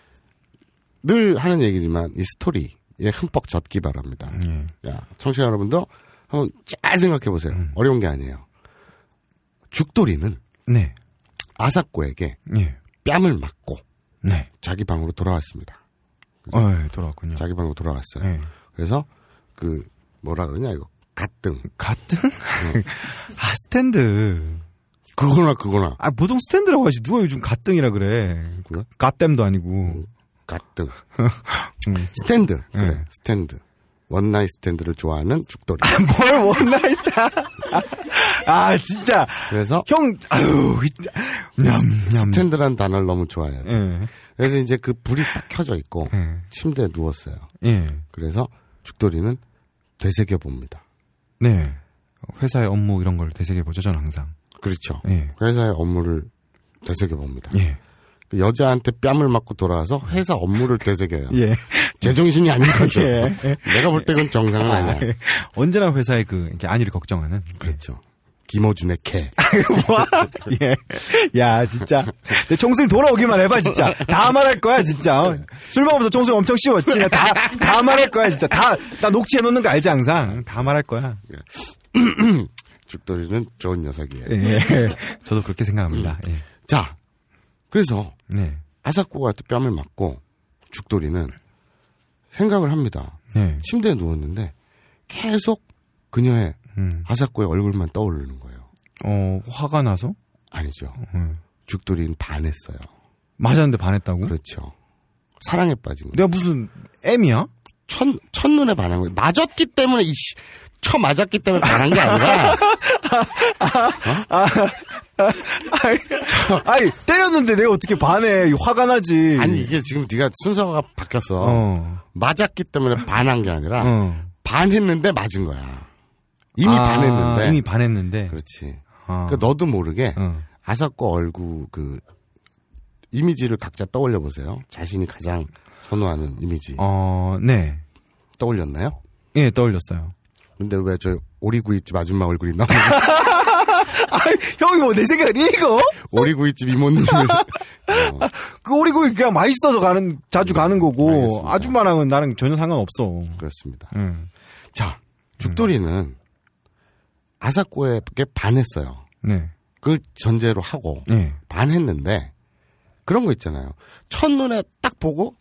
늘 하는 얘기지만 이 스토리에 흠뻑 젖기 바랍니다. 음. 야, 청취자 여러분도 한번 잘 생각해 보세요. 어려운 게 아니에요. 죽돌이는 네, 아사코에게 예, 뺨을 맞고 네. 자기 방으로 돌아왔습니다. 어, 예, 돌아왔군요. 자기 방으로 돌아왔어요. 예. 그래서 그 뭐라 그러냐 이거 가등 같은? 아, 스탠드. 그거나 그거나 아, 보통 스탠드라고 하지. 누가 요즘 가등이라 그래. 그래? 가댐도 아니고. 가등 음. 스탠드 그래 네. 스탠드 원나잇 스탠드를 좋아하는 죽돌이 뭘 원나잇다. 아, 진짜. 그래서 형, 아유, 냠냠. 스탠드란 단어를 너무 좋아해요. 예, 그래서 이제 그 불이 딱 켜져 있고 예, 침대에 누웠어요. 예. 그래서 죽돌이는 되새겨 봅니다. 네. 회사의 업무 이런 걸 되새겨보죠, 저는 항상. 그렇죠. 예, 회사의 업무를 되새겨 봅니다. 예. 그 여자한테 뺨을 맞고 돌아와서 회사 업무를 되새겨요. 예. 제정신이 아닌 거죠. 예, 내가 볼 때 그건 정상은 아니야. 언제나 회사의 그, 이렇게 안위를 걱정하는. 그렇죠. 김호준의 캐. 아. 그, 와, 예. 야, 진짜. 내 총수님 돌아오기만 해봐, 진짜. 다 말할 거야, 진짜. 어, 술 먹으면서 총수님 엄청 씌웠지. 나 다, 다 말할 거야, 진짜. 다, 나 녹취해 놓는 거 알지, 항상. 다 말할 거야. 죽돌이는 좋은 녀석이에요. 예. 저도 그렇게 생각합니다. 예. 자, 그래서 네. 아사코가 또 뺨을 맞고 죽돌이는 생각을 합니다. 네. 침대에 누웠는데 계속 그녀의 음. 아사코의 얼굴만 떠오르는 거예요. 어, 화가 나서? 아니죠. 예. 죽돌이는 반했어요. 음? 맞았는데 반했다고? 그렇죠. 사랑에 빠진 거예요. 내가 무슨, M이야? 첫, 첫눈에 반한 거예요. 맞았기 때문에, 이씨, 쳐 맞았기 때문에 반한 게 아니라, 아이, 아이, 때렸는데 내가 어떻게 반해. 화가 나지. 아니, 이게 지금 네가 순서가 바뀌었어. 어. 맞았기 때문에 반한 게 아니라, 어. 반했는데 맞은 거야. 이미 아, 반했는데. 이미 반했는데. 그렇지. 아. 그러니까 너도 모르게 어. 아사코 얼굴 그 이미지를 각자 떠올려 보세요. 자신이 가장 선호하는 이미지 어, 네. 떠올렸나요? 예, 떠올렸어요. 근데 왜 저 오리구이집 아줌마 얼굴이 나오고 아, 형이 뭐 내 생각을 읽어? 오리구이집 이모님을 그 오리고기 그냥 맛있어서 가는 자주 가는 거고 알겠습니다. 아줌마랑은 나랑 전혀 상관없어. 예, 그렇습니다. 응. 자 죽돌이는 아사코에게 반했어요. 네. 그걸 전제로 하고 네. 반했는데 그런 거 있잖아요. 첫눈에 딱 보고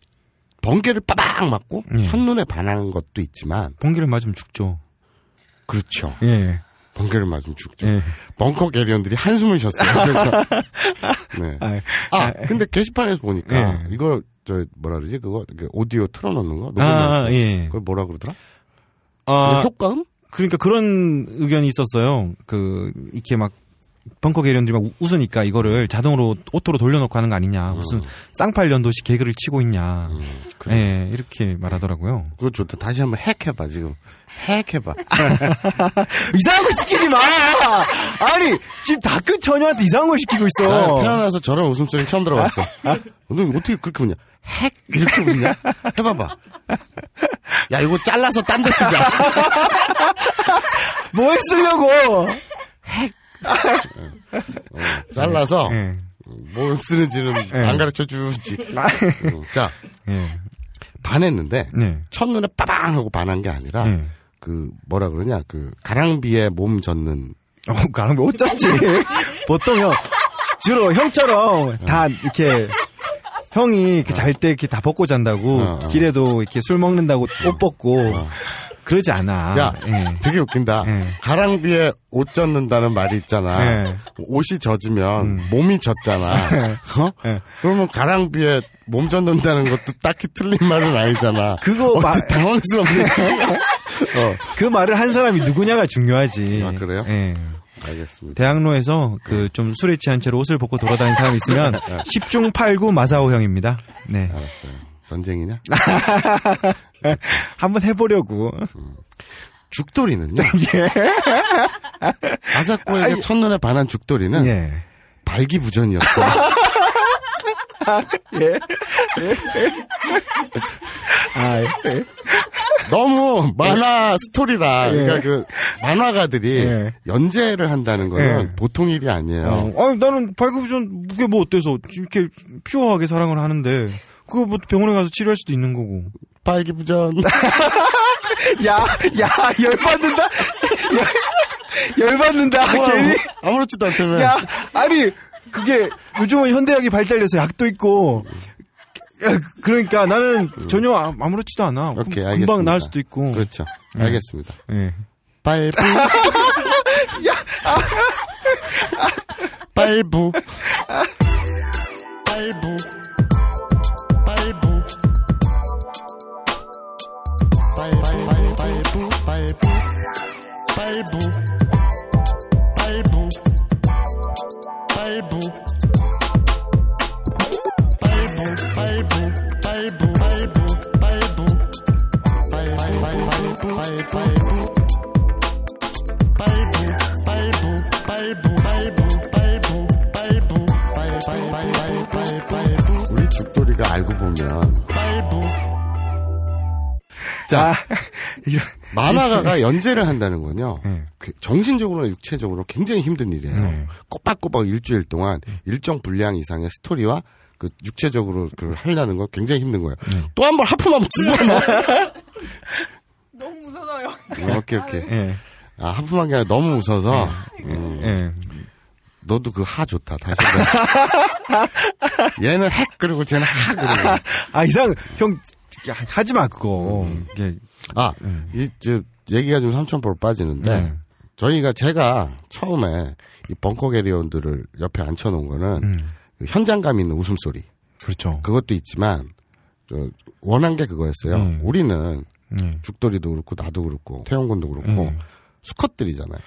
번개를 빠방 맞고 예. 첫눈에 반하는 것도 있지만 번개를 맞으면 죽죠. 그렇죠. 예. 번개를 맞으면 죽죠. 예. 벙커 게리언들이 한숨을 쉬었어요. 그래서 네. 아, 아 근데 게시판에서 보니까 예. 이거 저 뭐라 그러지 그거 이렇게 오디오 틀어놓는 거 녹음. 아, 예. 그걸 뭐라 그러더라? 아, 효과음? 그러니까 그런 의견이 있었어요. 그 이렇게 막 벙커 개련들이 막 우- 웃으니까 이거를 자동으로 오토로 돌려놓고 하는 거 아니냐. 무슨 쌍팔 연도식 개그를 치고 있냐. 음. 그래. 예, 이렇게 말하더라고요. 그거 좋다. 다시 한번 핵해봐, 지금. 핵해봐. 아, 이상한 걸 시키지 마! 아니, 지금 다크 처녀한테 이상한 걸 시키고 나 있어. 태어나서 저런 웃음소리 처음 들어봤어. 너 어떻게 그렇게 웃냐? 핵! 이렇게 웃냐? 해봐봐. 야, 이거 잘라서 딴 데 쓰자. 뭐 했으려고! 잘라서 예. 뭘 쓰는지는 안 가르쳐 주지. 음, 자, 예. 반했는데, 네. 첫눈에 빠방 하고 반한 게 아니라, 예. 그, 뭐라 그러냐, 그, 가랑비에 몸 젖는, 어, 가는 거 어쩌지? 보통 형, 주로 어. 형처럼 다 이렇게, 형이 이렇게 잘 때 이렇게 다 벗고 잔다고, 어, 어. 길에도 이렇게 술 먹는다고 옷 벗고, 그러지 않아. 야, 예. 되게 웃긴다. 예. 가랑비에 옷 젖는다는 말이 있잖아. 예. 옷이 젖으면 몸이 젖잖아. 어? 예. 그러면 가랑비에 몸 젖는다는 것도 딱히 틀린 말은 아니잖아. 그거 어, 마- 당황스럽네. 어, 그 말을 한 사람이 누구냐가 중요하지. 아, 그래요? 예. 알겠습니다. 네. 대학로에서 그 좀 술에 취한 채로 옷을 벗고 돌아다니는 사람이 있으면 10중 8구 마사오 형입니다. 네. 알았어요. 전쟁이냐? 한번 해보려고. 죽돌이는요? 아사코에게 첫눈에 반한 죽돌이는 예. 발기부전이었어. 예. 아, 예. 너무 만화 스토리라. 그러니까 그 만화가들이 예. 연재를 한다는 거는 예. 보통 일이 아니에요. 어, 아니, 나는 발급전 그게 뭐 어때서 이렇게 퓨어하게 사랑을 하는데 그거 뭐 병원에 가서 치료할 수도 있는 거고. 발기부전. 야, 야, 열받는다? 야, 열받는다, 괜히. 뭐, 아무렇지도 않다면. 야, 아니, 그게 요즘은 현대학이 발달돼서 약도 있고, 야, 그러니까 나는 전혀 아- 아무렇지도 않아. 오케이, 금- 알겠습니다. 금방 나을 수도 있고. 그렇죠. 알겠습니다. 예. 빨부. 빨부. 빨부. 빨부. 빨빨빨 빨부 빨부 빨부 빨부 빨부 빨부 빨부 빨부 빨부 빨부 우리 죽돌이가 알고 보면 자 아, 이런. 네. 만화가가 연재를 한다는 건요 그 정신적으로 육체적으로 굉장히 힘든 일이에요 꼬박꼬박 일주일 동안 일정 분량 이상의 스토리와 그 육체적으로 그 하려는 건 굉장히 힘든 거예요 네. 또 한 번 하품하면 죽어요 너무 무서워요. 오케이 오케이 예. 아, 하품한 게 아니라 너무 웃어서. 음, 예. 너도 그 하 좋다. 다시 한번. 얘는 핵, 그리고 쟤는 하, 그리고. 아, 이상, 형, 야, 하지 마, 그거. 예. 아, 이, 저, 얘기가 좀 삼천포로 빠지는데. 네. 저희가, 제가 처음에 이 벙커 게리온들을 옆에 앉혀놓은 거는 음. 그 현장감 있는 웃음소리. 그렇죠. 그것도 있지만, 저, 원한 게 그거였어요. 음. 우리는 예. 죽돌이도 그렇고, 나도 그렇고, 태용군도 그렇고, 음. 수컷들이잖아요.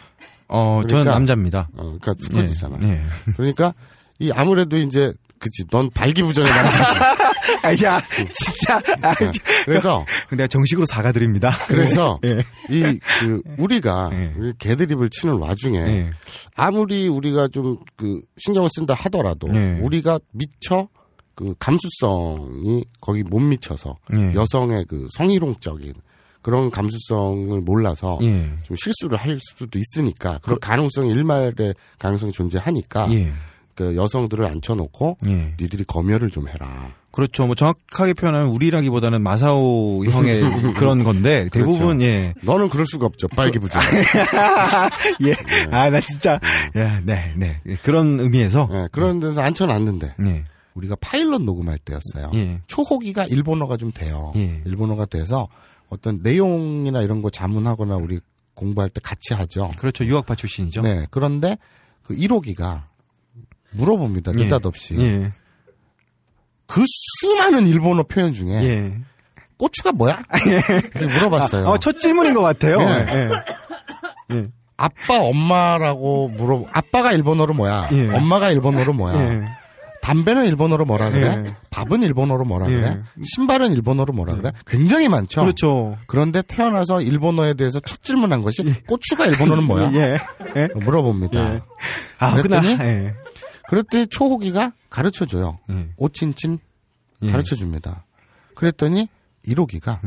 어, 저는 그러니까- 남자입니다. 어, 그러니까 예. 수컷이잖아요. 예. 그러니까 이 아무래도 이제 그치 넌 발기부전의 남자 아, 야, 진짜. 아, 그래서 내가 정식으로 사과드립니다. 그래서 예. 이 그 우리가 예. 우리 개드립을 치는 와중에 예. 아무리 우리가 좀 그 신경을 쓴다 하더라도 예. 우리가 미처 그 감수성이 거기 못 미쳐서 예. 여성의 그 성희롱적인 그런 감수성을 몰라서 예. 좀 실수를 할 수도 있으니까 그런 가능성이 일말의 가능성이 존재하니까 예. 그 여성들을 앉혀놓고 예. 니들이 검열을 좀 해라. 그렇죠. 뭐 정확하게 표현하면 우리라기보다는 마사오 형의 그런 건데 그렇죠. 대부분 예. 너는 그럴 수가 없죠. 빨기부자. 네. 예. 아, 나 진짜. 음. 예, 네, 네. 예, 그런 의미에서 예, 그런 데서 앉혀놨는데 네. 우리가 파일럿 녹음할 때였어요. 예. 초호기가 일본어가 좀 돼요. 예. 일본어가 돼서 어떤 내용이나 이런 거 자문하거나 우리 공부할 때 같이 하죠. 그렇죠. 유학파 출신이죠. 네. 그런데 그 1호기가 물어봅니다. 예. 느닷없이. 예. 그 수많은 일본어 표현 중에 예. 아, 고추가 뭐야? 이렇게 네. 물어봤어요. 네. 어, 첫 질문인 것 같아요. 예. 예. 아빠 엄마라고 물어 아빠가 일본어로 뭐야? 예. 엄마가 일본어로 뭐야? 예. 담배는 일본어로 뭐라 그래? 예. 밥은 일본어로 뭐라 예. 그래? 신발은 일본어로 뭐라 그래? 굉장히 많죠. 그렇죠. 그런데 태어나서 일본어에 대해서 첫 질문한 것이 고추가 일본어는 뭐야? 예. 예. 물어봅니다. 예. 아, 그나 그랬더니 예. 그랬더니 초호기가 가르쳐 줘요. 예. 오친친 예. 음. 가르쳐 줍니다. 그랬더니 1호기가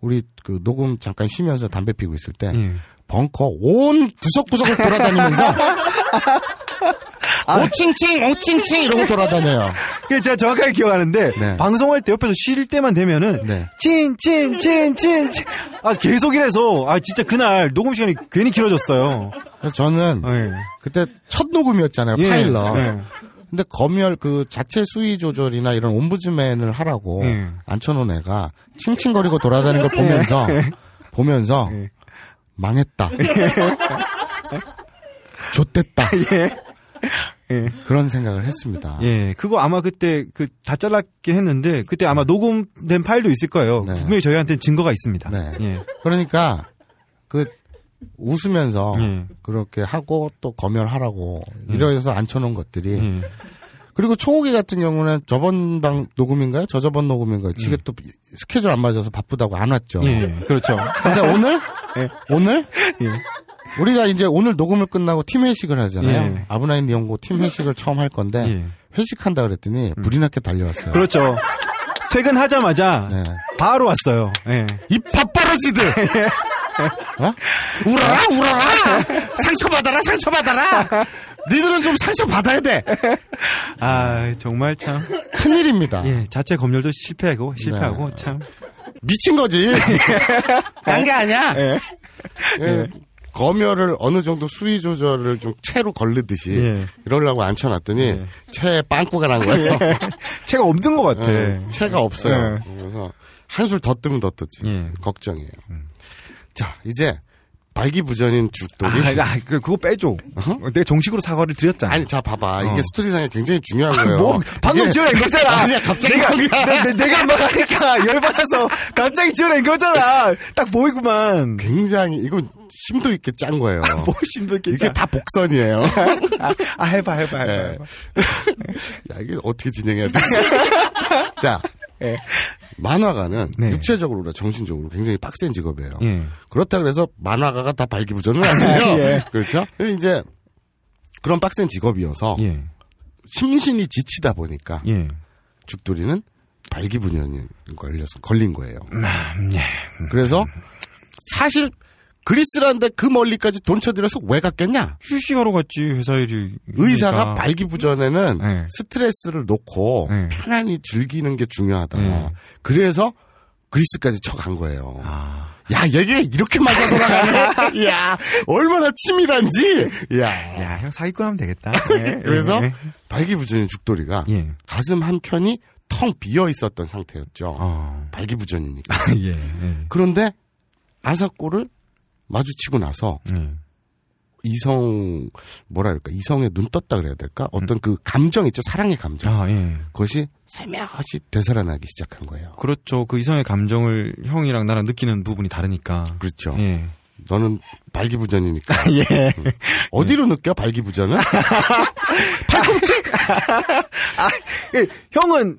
우리 그 녹음 잠깐 쉬면서 담배 피고 있을 때 예. 벙커 온 구석구석을 돌아다니면서 아. 오칭칭 오칭칭 이러고 돌아다녀요. 그 제가 정확하게 기억하는데 네. 방송할 때 옆에서 쉴 때만 되면은 네. 친친친친친 아 계속 이래서 아 진짜 그날 녹음 시간이 괜히 길어졌어요. 그래서 저는 예. 그때 첫 녹음이었잖아요 예. 파일럿. 예. 근데 검열 그 자체 수위 조절이나 이런 옴부즈맨을 하라고 예. 안천호 애가 칭칭거리고 돌아다니는 걸 보면서 보면서 예. 망했다. 좆됐다. 예. 그런 생각을 했습니다. 예, 그거 아마 그때 그 다 잘랐긴 했는데 그때 아마 네. 녹음된 파일도 있을 거예요. 네. 분명히 저희한테는 증거가 있습니다. 네. 예. 그러니까 그 웃으면서 예. 그렇게 하고 또 검열하라고 음. 이러해서 앉혀놓은 것들이 예. 그리고 초호기 같은 경우는 저번 방 녹음인가요? 저저번 녹음인가요? 지금 또 스케줄 안 맞아서 바쁘다고 안 왔죠. 예, 그렇죠. 근데 오늘 오늘 예. 우리가 이제 오늘 녹음을 끝나고 팀 회식을 하잖아요. 예. 아브나인 니온고 팀 회식을 처음 할 건데 예. 음. 회식한다 그랬더니 불이 났게 달려왔어요. 그렇죠. 퇴근하자마자 네. 바로 왔어요. 예. 이 밥바라지들! 어? 울어라, 울어라! 상처받아라, 상처받아라! 니들은 좀 상처받아야 돼! 아, 정말 참. 큰일입니다. 예, 자체 검열도 실패하고 네. 실패하고 참. 미친 거지! 난 게 아니야! 예. 검열을 어느 정도 수위 조절을 좀 채로 걸르듯이 예. 이러려고 앉혀놨더니 채에 빵꾸가 난 거예요. 제가 없는 것 같아. 네. 예, 채가 없어요. 예. 그래서 한술 더 뜨면 더 뜨지. 예. 걱정이에요. 자, 이제 발기부전인 죽돌이. 아, 아, 그- 그거 빼줘. 어? 어? 내가 정식으로 사과를 드렸잖아. 아니, 자, 봐봐. 이게 스토리상에 굉장히 중요한 거예요. 뭐 어. 방금 이게- 지어낸 거잖아. 아니야, 갑자기 내가 한 거야. 내, 가 말하니까 열받아서 갑자기 지어낸 거잖아. 딱 그- 보이구만. 굉장히, 이거 심도 있게 짠 거예요. 뭐 신부겠지. 이게 다 복선이에요. 아, 아, 해봐 해봐 해봐. 예. 해봐. 야, 이게 어떻게 진행해야 되지? 자. 예. 만화가는 네. 육체적으로나 정신적으로 굉장히 빡센 직업이에요. 예. 그렇다 그래서 만화가가 다 발기부전은 아니에요. 예. 그렇죠? 그리고 이제 그런 빡센 직업이어서 예. 심신이 지치다 보니까 예. 죽돌이는 발기부전이 걸려서 걸린 거예요. 음, 그래서 사실 그리스란데 그 멀리까지 돈 쳐들여서 왜 갔겠냐? 휴식하러 갔지 회사 일이. 의사가 발기부전에는 그러니까. 예. 스트레스를 놓고 예. 편안히 즐기는 게 중요하다. 예. 그래서 그리스까지 쳐간 거예요. 아. 야, 얘기가 이렇게 맞아 돌아가네. 야, 얼마나 치밀한지. 야. 야, 형 사기꾼 하면 되겠다. 예, 그래서 예. 발기부전인 죽돌이가 예. 가슴 한 켠이 텅 비어 있었던 상태였죠. 아. 어. 발기부전이니까. 예. 예. 그런데 아사코를 마주치고 나서 예. 이성 뭐라 그럴까 이성에 눈 떴다 그래야 될까 어떤 그 감정 있죠 사랑의 감정 아, 예. 그것이 살며시 되살아나기 시작한 거예요. 그렇죠. 그 이성의 감정을 형이랑 나랑 느끼는 부분이 다르니까. 그렇죠. 예. 너는 발기부전이니까. 음. 어디로 느껴 발기부전은? 예, 형은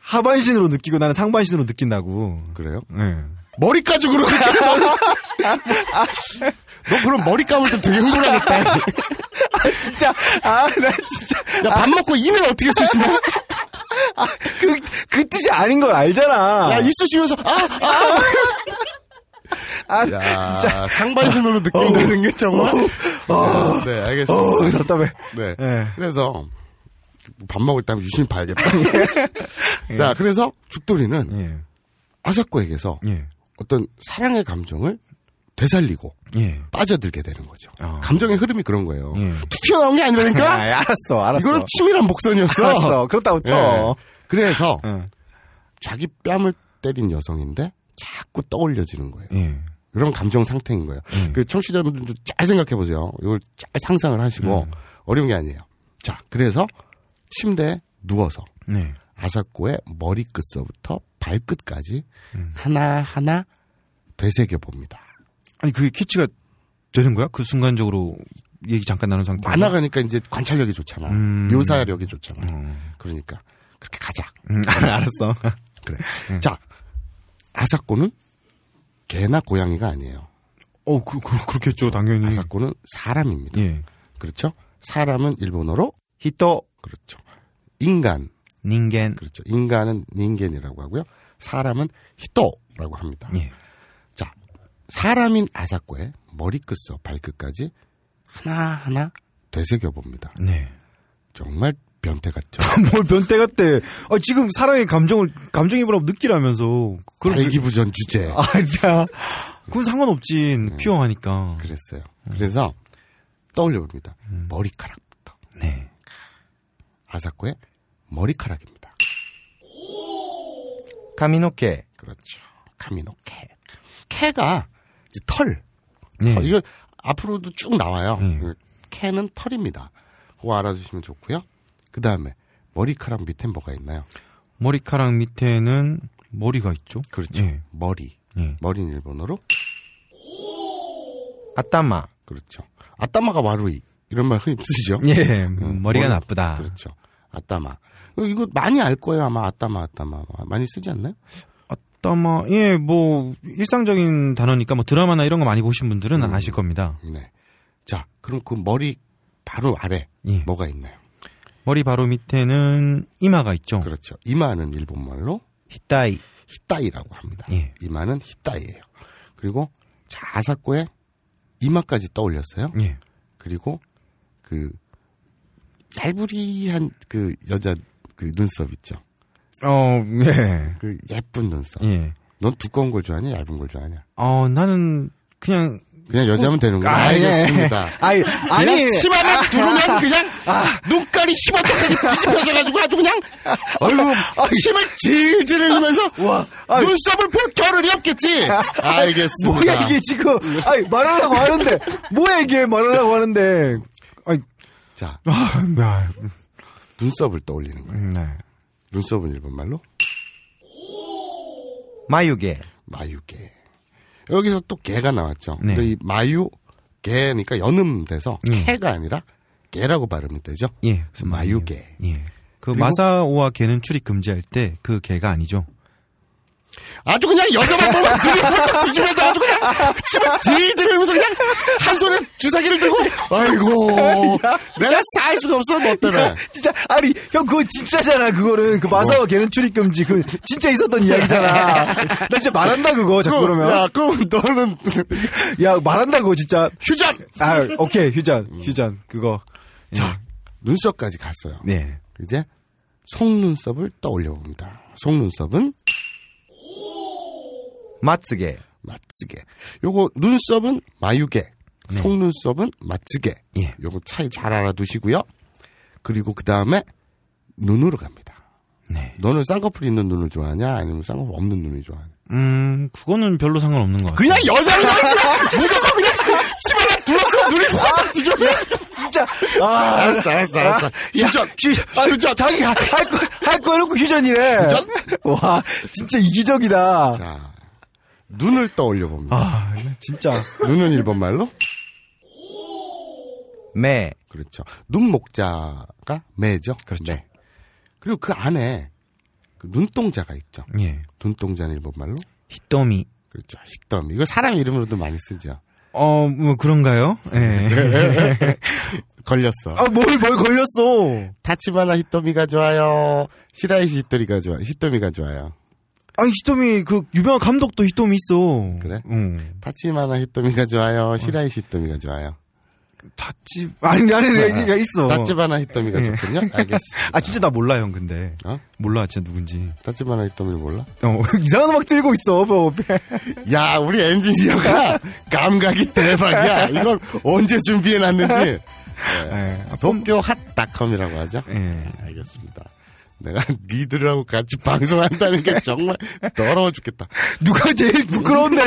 하반신으로 느끼고 나는 상반신으로 느낀다고. 그래요? 예. 머리 가지고 그러고. 너 그럼 머리 감을 때 되게 흥분하겠다. 진짜 아 나 진짜 야 밥 먹고 이는 어떻게 쑤시냐? 그, 그 뜻이 아닌 걸 알잖아. 야, 이쑤시면서, 아, 아! 아, 야, 진짜. 어, 상반신으로 느낀다는 게 정말. 네, 알겠습니다. 어, 답답해. 네. 예. 그래서, 밥 먹을 때 유심히 봐야겠다. 예. 자, 그래서 죽돌이는 예. 아사코에게서 예. 어떤 사랑의 감정을 되살리고 예. 빠져들게 되는 거죠. 어. 감정의 흐름이 그런 아. 거예요. 예. 툭 튀어나온 게 아, 아니라니까? 예, 알았어 알았어. 이거는 치밀한 복선이었어. 알았어. 그렇다고 쳐. 예. 그래서 예. 자기 뺨을 때린 여성인데 자꾸 떠올려지는 거예요. 예. 이런 감정 상태인 거예요. 그 청취자분들도 잘 생각해 보세요. 이걸 잘 상상을 하시고 어려운 게 아니에요. 자, 그래서 침대에 누워서 네. 아사코의 머리끝서부터 발끝까지 하나하나 되새겨 봅니다. 아니 그게 키치가 되는 거야? 그 순간적으로 얘기 잠깐 나눈 상태. 만화가니까 이제 관찰력이 좋잖아. 음. 묘사력이 좋잖아. 그러니까 그렇게 가자. 음, 알았어. 그래. 자, 아사코는 개나 고양이가 아니에요. 어, 그, 그, 그렇겠죠, 당연히. 아사코는 사람입니다. 예. 그렇죠? 사람은 일본어로 히토, 그렇죠. 인간 닌겐. 그렇죠. 인간은 닌겐이라고 하고요. 사람은 히토라고 합니다. 예. 자, 사람인 아사코의 머리 끝서 발끝까지 하나하나 되새겨 봅니다. 네. 정말 변태 같죠. 뭘 변태 같대. 아, 지금 사랑의 감정을, 감정입으로 느끼라면서. 그걸 아, 왜- 발기부전 주제. 아니야. 그건 상관없지. 음. 피용하니까. 그랬어요. 그래서 떠올려 봅니다. 음. 머리카락부터 네. 아사코의 머리카락입니다. 가미노케. 그렇죠. 카미노 케. 케가 이제 털. 네. 털. 아, 이거 앞으로도 쭉 나와요. 네. 그 케는 털입니다. 그거 알아주시면 좋고요. 그 다음에 머리카락 밑에 뭐가 있나요? 머리카락 밑에는 머리가 있죠. 그렇죠. 음. 예. 머리. 예. 머리는 일본어로 아따마. 그렇죠. 아따마가 와루이 이런 말 흔히 쓰죠. 예. 음, 머리가 머리- 나쁘다. 그렇죠. 아따마. 어, 이거 많이 알 거예요 아마 아따마 아따마 많이 쓰지 않나요? 아따마. 예, 뭐, 일상적인 단어니까 뭐 드라마나 이런 거 많이 보신 분들은 아실 겁니다. 네. 자 그럼 그 머리 바로 아래 예. 뭐가 있나요? 머리 바로 밑에는 이마가 있죠. 그렇죠. 이마는 일본말로 히타이. 히따이라고 합니다. 예. 이마는 히따이예요. 그리고 자사코의 이마까지 떠올렸어요. 예. 그리고 그 얄부리한 그 여자 그 눈썹 있죠. 어, 예. 그 예쁜 눈썹. 예. 넌 두꺼운 걸 좋아하냐? 얇은 걸 좋아하냐? 어, 나는 그냥 그냥 여자면 되는구나. 아, 예. 알겠습니다. 아니, 그냥 아. 치마를 두르면 그냥 눈깔이 휘바짝하게 뒤집혀져가지고 아주 그냥 아이고 침을 질질 흘리면서 눈썹을 펼 겨를이 없겠지. 알겠습니다. 뭐야 이게 지금? 아니 말하려고 하는데 뭐야 이게 말하려고 하는데? 아니 자 아, 나, 눈썹을 떠올리는 거예요. 네. 눈썹은 일본말로 마유게. 마유개. 여기서 또 개가 나왔죠. 네. 근데 이 마유 개니까 연음돼서 개가 아니라 개라고 발음이 되죠. 예. 그래서 마유개. 예. 그 그리고- 마사오와 개는 출입 금지할 때 그 개가 아니죠. 아주 그냥 여자만 보면 눈이 딱 뒤집어져가지고 그냥 침을 질질 흘면서 그냥 한 손에 주사기를 들고 아이고 내가 살 수가 없어 너 때문에 진짜 아니 형 그거 진짜잖아 그거는 뭐? 그 마사와 개는 출입 금지 그 진짜 있었던 이야기잖아. 나 진짜 말한다 그거 어, 자꾸 그러면 야 그럼 너는 야 말한다 그거 진짜. 휴전 아 오케이 휴전 음. 휴전 그거. 자 눈썹까지 갔어요 네. 이제 속눈썹을 떠올려 봅니다 속눈썹은 마츠게. 마츠게 요거 눈썹은 마유게 속눈썹은 마츠게 예. 요거 차이 잘 알아두시고요 그리고 그 다음에 눈으로 갑니다 네. 너는 쌍꺼풀 있는 눈을 좋아하냐? 아니면 쌍꺼풀 없는 눈이 좋아하냐? 음, 그거는 별로 상관없는 것 같아요. 그냥 여자를 그냥 무조건 그냥 치마에 둘러서 눈이 확 뒤져. 진짜 아 네. 알았어, 알았어, 알았어. 휴전, 휴전, 휴전. 자기 할거할거 해놓고 휴전이래. 휴전? 와 진짜 이기적이다. 자, 눈을 떠올려 봅니다. 아 진짜 눈은 일본 말로? 매. 그렇죠. 눈 목자가 매죠. 그렇죠. 그리고 그 안에 그 눈동자가 있죠. 예. 눈동자는 일본 말로? 히토미. 그렇죠. 히덤. 이거 사람 이름으로도 많이 쓰죠. 어, 뭐 그런가요? 예. 걸렸어. 아 뭘 뭘 걸렸어. 타치바나 히토미가 좋아요. 시라이시 히토리가 좋아. 히토미가 좋아요. 아니, 히토미, 그, 유명한 감독도 히토미 있어. 그래? 응. 타치마나 히토미가 좋아요. 시라이시 히토미가 좋아요. 닷집, 아니, 아니, 얘기가 있어. 타치바나 히토미가 좋군요. 알겠습니다. 아, 진짜 나 몰라, 형, 근데. 어? 몰라, 진짜 누군지. 타치바나 히토미 몰라? 어, 이상한 음악 들고 있어, 뭐. 야, 우리 엔지니어가 감각이 대박이야. 이걸 언제 준비해 놨는지. 예. 아, 봄- 도쿄 핫닷컴이라고 하죠. 예. 알겠습니다. 내가 니들하고 같이 방송한다는 게 정말 더러워 죽겠다. 누가 제일 부끄러운데?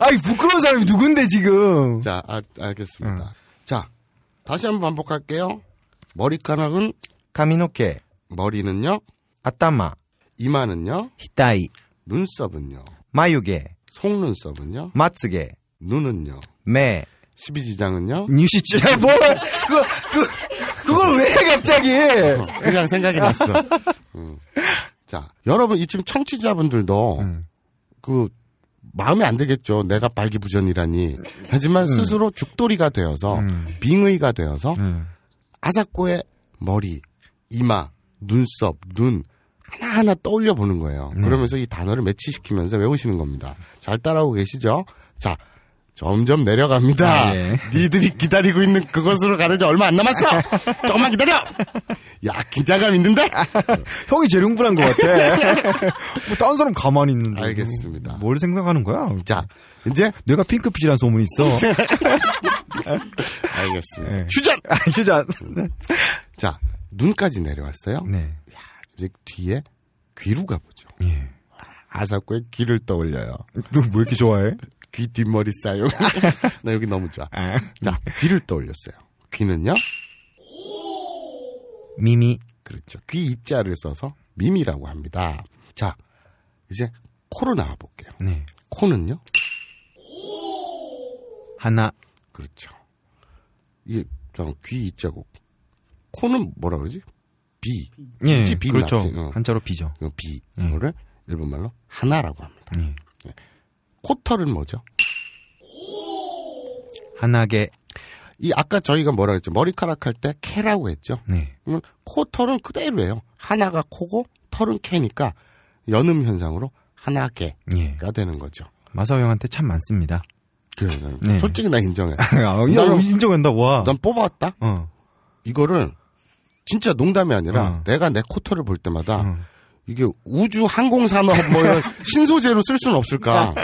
아니 부끄러운 사람이 누군데 지금? 자, 아, 알겠습니다. 자, 다시 한번 반복할게요. 머리카락은 가미노케, 머리는요, 아따마, 이마는요, 히타이, 눈썹은요, 마유게, 속눈썹은요, 마츠게, 눈은요, 매, 12지장은요? 뉴시지. 야, 뭘, 그, 그, 그걸 왜 해, 갑자기? 그냥 생각이 났어. 음. 자, 여러분, 이쯤 청취자분들도, 음. 그, 마음에 안 들겠죠. 내가 발기부전이라니. 하지만 스스로 죽돌이가 되어서, 빙의가 되어서, 음. 아사코의 머리, 이마, 눈썹, 눈, 하나하나 떠올려 보는 거예요. 네. 그러면서 이 단어를 매치시키면서 외우시는 겁니다. 잘 따라오고 계시죠? 자, 점점 내려갑니다. 아, 예. 니들이 기다리고 있는 그것으로 가는 지 얼마 안 남았어! 조금만 기다려! 야, 긴장감 있는데? 형이 제일 흥분한 것 같아. 뭐, 다른 사람 가만히 있는데. 알겠습니다. 뭘 생각하는 거야? 자, 이제, 내가 핑크빛이라는 소문이 있어. 알겠습니다. 예. 휴전! 아, 휴전. 자, 눈까지 내려왔어요. 네. 이제 뒤에 귀로 가보죠. 예. 아사코의 귀를 떠올려요. 너왜 이렇게 좋아해? 귀 뒷머리 싸요. 나 여기 너무 좋아. 아. 자, 귀를 떠올렸어요. 귀는요? 미미. 그렇죠. 귀 이자를 써서 미미라고 합니다. 자, 이제 코로 나와 볼게요. 네. 코는요? 하나. 그렇죠. 이게 그냥 귀 이자고 코는 뭐라 그러지? 비. 예. 그치, 네. 비 그렇죠. 맞지? 어. 한자로 비죠. 이거 비. 이거를 일본말로 하나라고 합니다. 네. 예. 코털은 뭐죠? 하나게. 이 아까 저희가 뭐라 그랬죠? 머리카락 할 때 캐라고 했죠. 네. 그러면 코털은 그대로예요. 하나가 코고 털은 캐니까 연음 현상으로 하나개가 예. 되는 거죠. 마사오 형한테 참 많습니다. 그래요. 난 네. 솔직히 나 인정해. 아, 나는- 인정한다, 와. 난 뽑아왔다. 어. 이거를 진짜 농담이 아니라 어. 내가 내 코털을 볼 때마다 어. 이게 우주 항공산업 뭐 이런 신소재로 쓸 수는 없을까?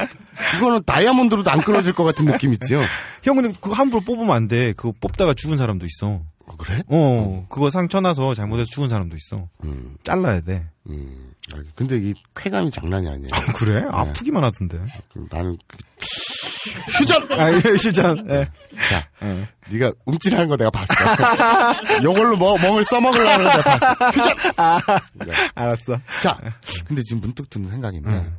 이거는 다이아몬드로도 안 끊어질 것 같은 느낌 있지요. 형, 근데 그거 함부로 뽑으면 안 돼. 그거 뽑다가 죽은 사람도 있어. 어, 그래? 어, 그거 상처 나서 잘못해서 죽은 사람도 있어. 음, 잘라야 돼. 음. 알겠- 근데 이 쾌감이 장난이 아니에요. 그래? 아프기만 하던데. 그럼 나는 휴전. 아, 예, 시장. 예. 자, 네가 움찔하는 거 내가 봤어. 요걸로 뭐, 멍을 써먹으려고 하는 거 내가 봤어. 휴전! 알았어. 자, 근데 지금 문득 드는 생각인데,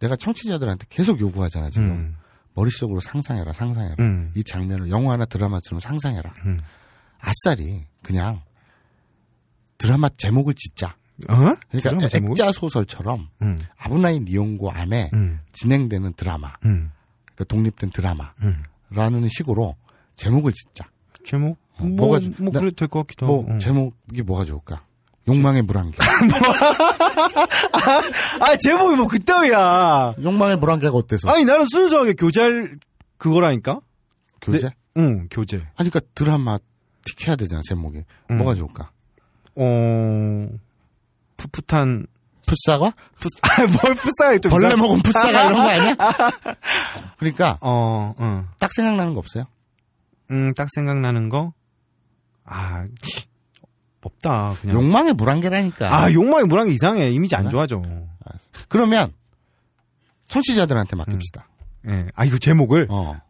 내가 청취자들한테 계속 요구하잖아, 지금. 음. 머릿속으로 상상해라, 상상해라. 음. 이 장면을 영화나 드라마처럼 상상해라. 음. 아싸리, 그냥 드라마 제목을 짓자. 어? 그러니까 드라마 제목? 액자 소설처럼 음. 아브나인 니온고 안에 음. 진행되는 드라마, 음. 그러니까 독립된 음. 드라마라는 식으로 제목을 짓자. 제목? 어, 뭐, 뭐가- 뭐, 나- 그래도 될 것 같기도 하고. 뭐 어. 제목이 뭐가 좋을까? 욕망의 물안개. 아, 제목이 뭐 그따위야. 욕망의 물안개가 어때서? 아니, 나는 순수하게 교재할 그거라니까? 교재? 네. 응, 교재. 아니 그러니까 드라마 틱 해야 되잖아 제목이. 음. 뭐가 좋을까? 어, 풋풋한, 뭐- 풋사과? 풋, 아, 뭘 풋사야, 좀. 벌레 이상- 먹은 풋사과 이런 거 아니야? 그러니까 어, 어. 딱 생각나는 거 없어요? 음, 딱 생각나는 거? 아, 없다, 그냥. 욕망의 물안개라니까. 네. 아, 욕망이 뭐라는 게 이상해. 이미지 안 좋아져. 그러면 청취자들한테 맡깁시다. 예. 아, 이거 제목을? 어.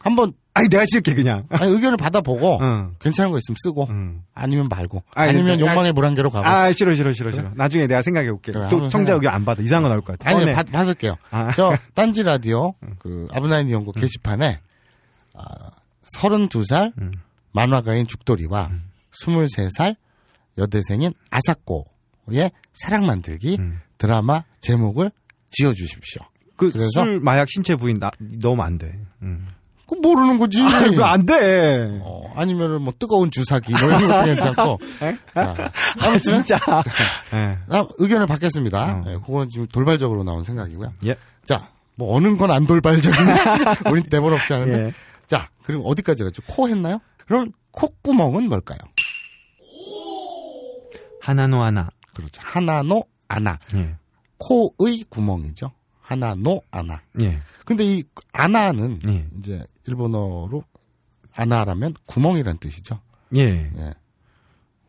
한번 아니, 내가 지을게, 그냥. 아니, 의견을 받아보고 응. 괜찮은 거 있으면 쓰고 어. 응. 아니면 말고 음. 아, 아니면 그러니까- 욕망의 물안개로 가고 아, 싫어, 싫어, 싫어, 싫어. 나중에 내가 생각해 볼게. 그래, 또 한번 청자 생각해. 의견 안 받아. 이상한 거 나올 것 같아. 아니, 꺼내. 받, 받을게요. 어, 네. 아. 저, 딴지 라디오, 그, 아브나인 연구 게시판에, 아, 32살, 음. 만화가인 죽돌이와, 23살, 여대생인 아사코의 사랑 만들기 음. 드라마 제목을 지어주십시오. 그, 그래서? 술, 마약, 신체 부인, 나, 넣으면 안 돼. 응. 그 모르는 거지. 아, 그거 안 돼. 어, 아니면은 뭐 뜨거운 주사기 뭐 이런 것도 괜찮고 아, 아, 진짜. 예. 아, 의견을 어. 받겠습니다. 예, 그건 지금 돌발적으로 나온 생각이고요. 예. 자, 뭐 어느 건 안 돌발적이네. 우린 대본 없지 않은데. 예. 자, 그리고 어디까지 갔죠? 코 했나요? 그럼 콧구멍은 뭘까요? 하나노 하나. 그렇죠. 하나노 아나. 예. 코의 구멍이죠. 하나노 아나. 예. 근데 이 아나는 예. 이제 일본어로 아나라면 구멍이란 뜻이죠. 예. 예.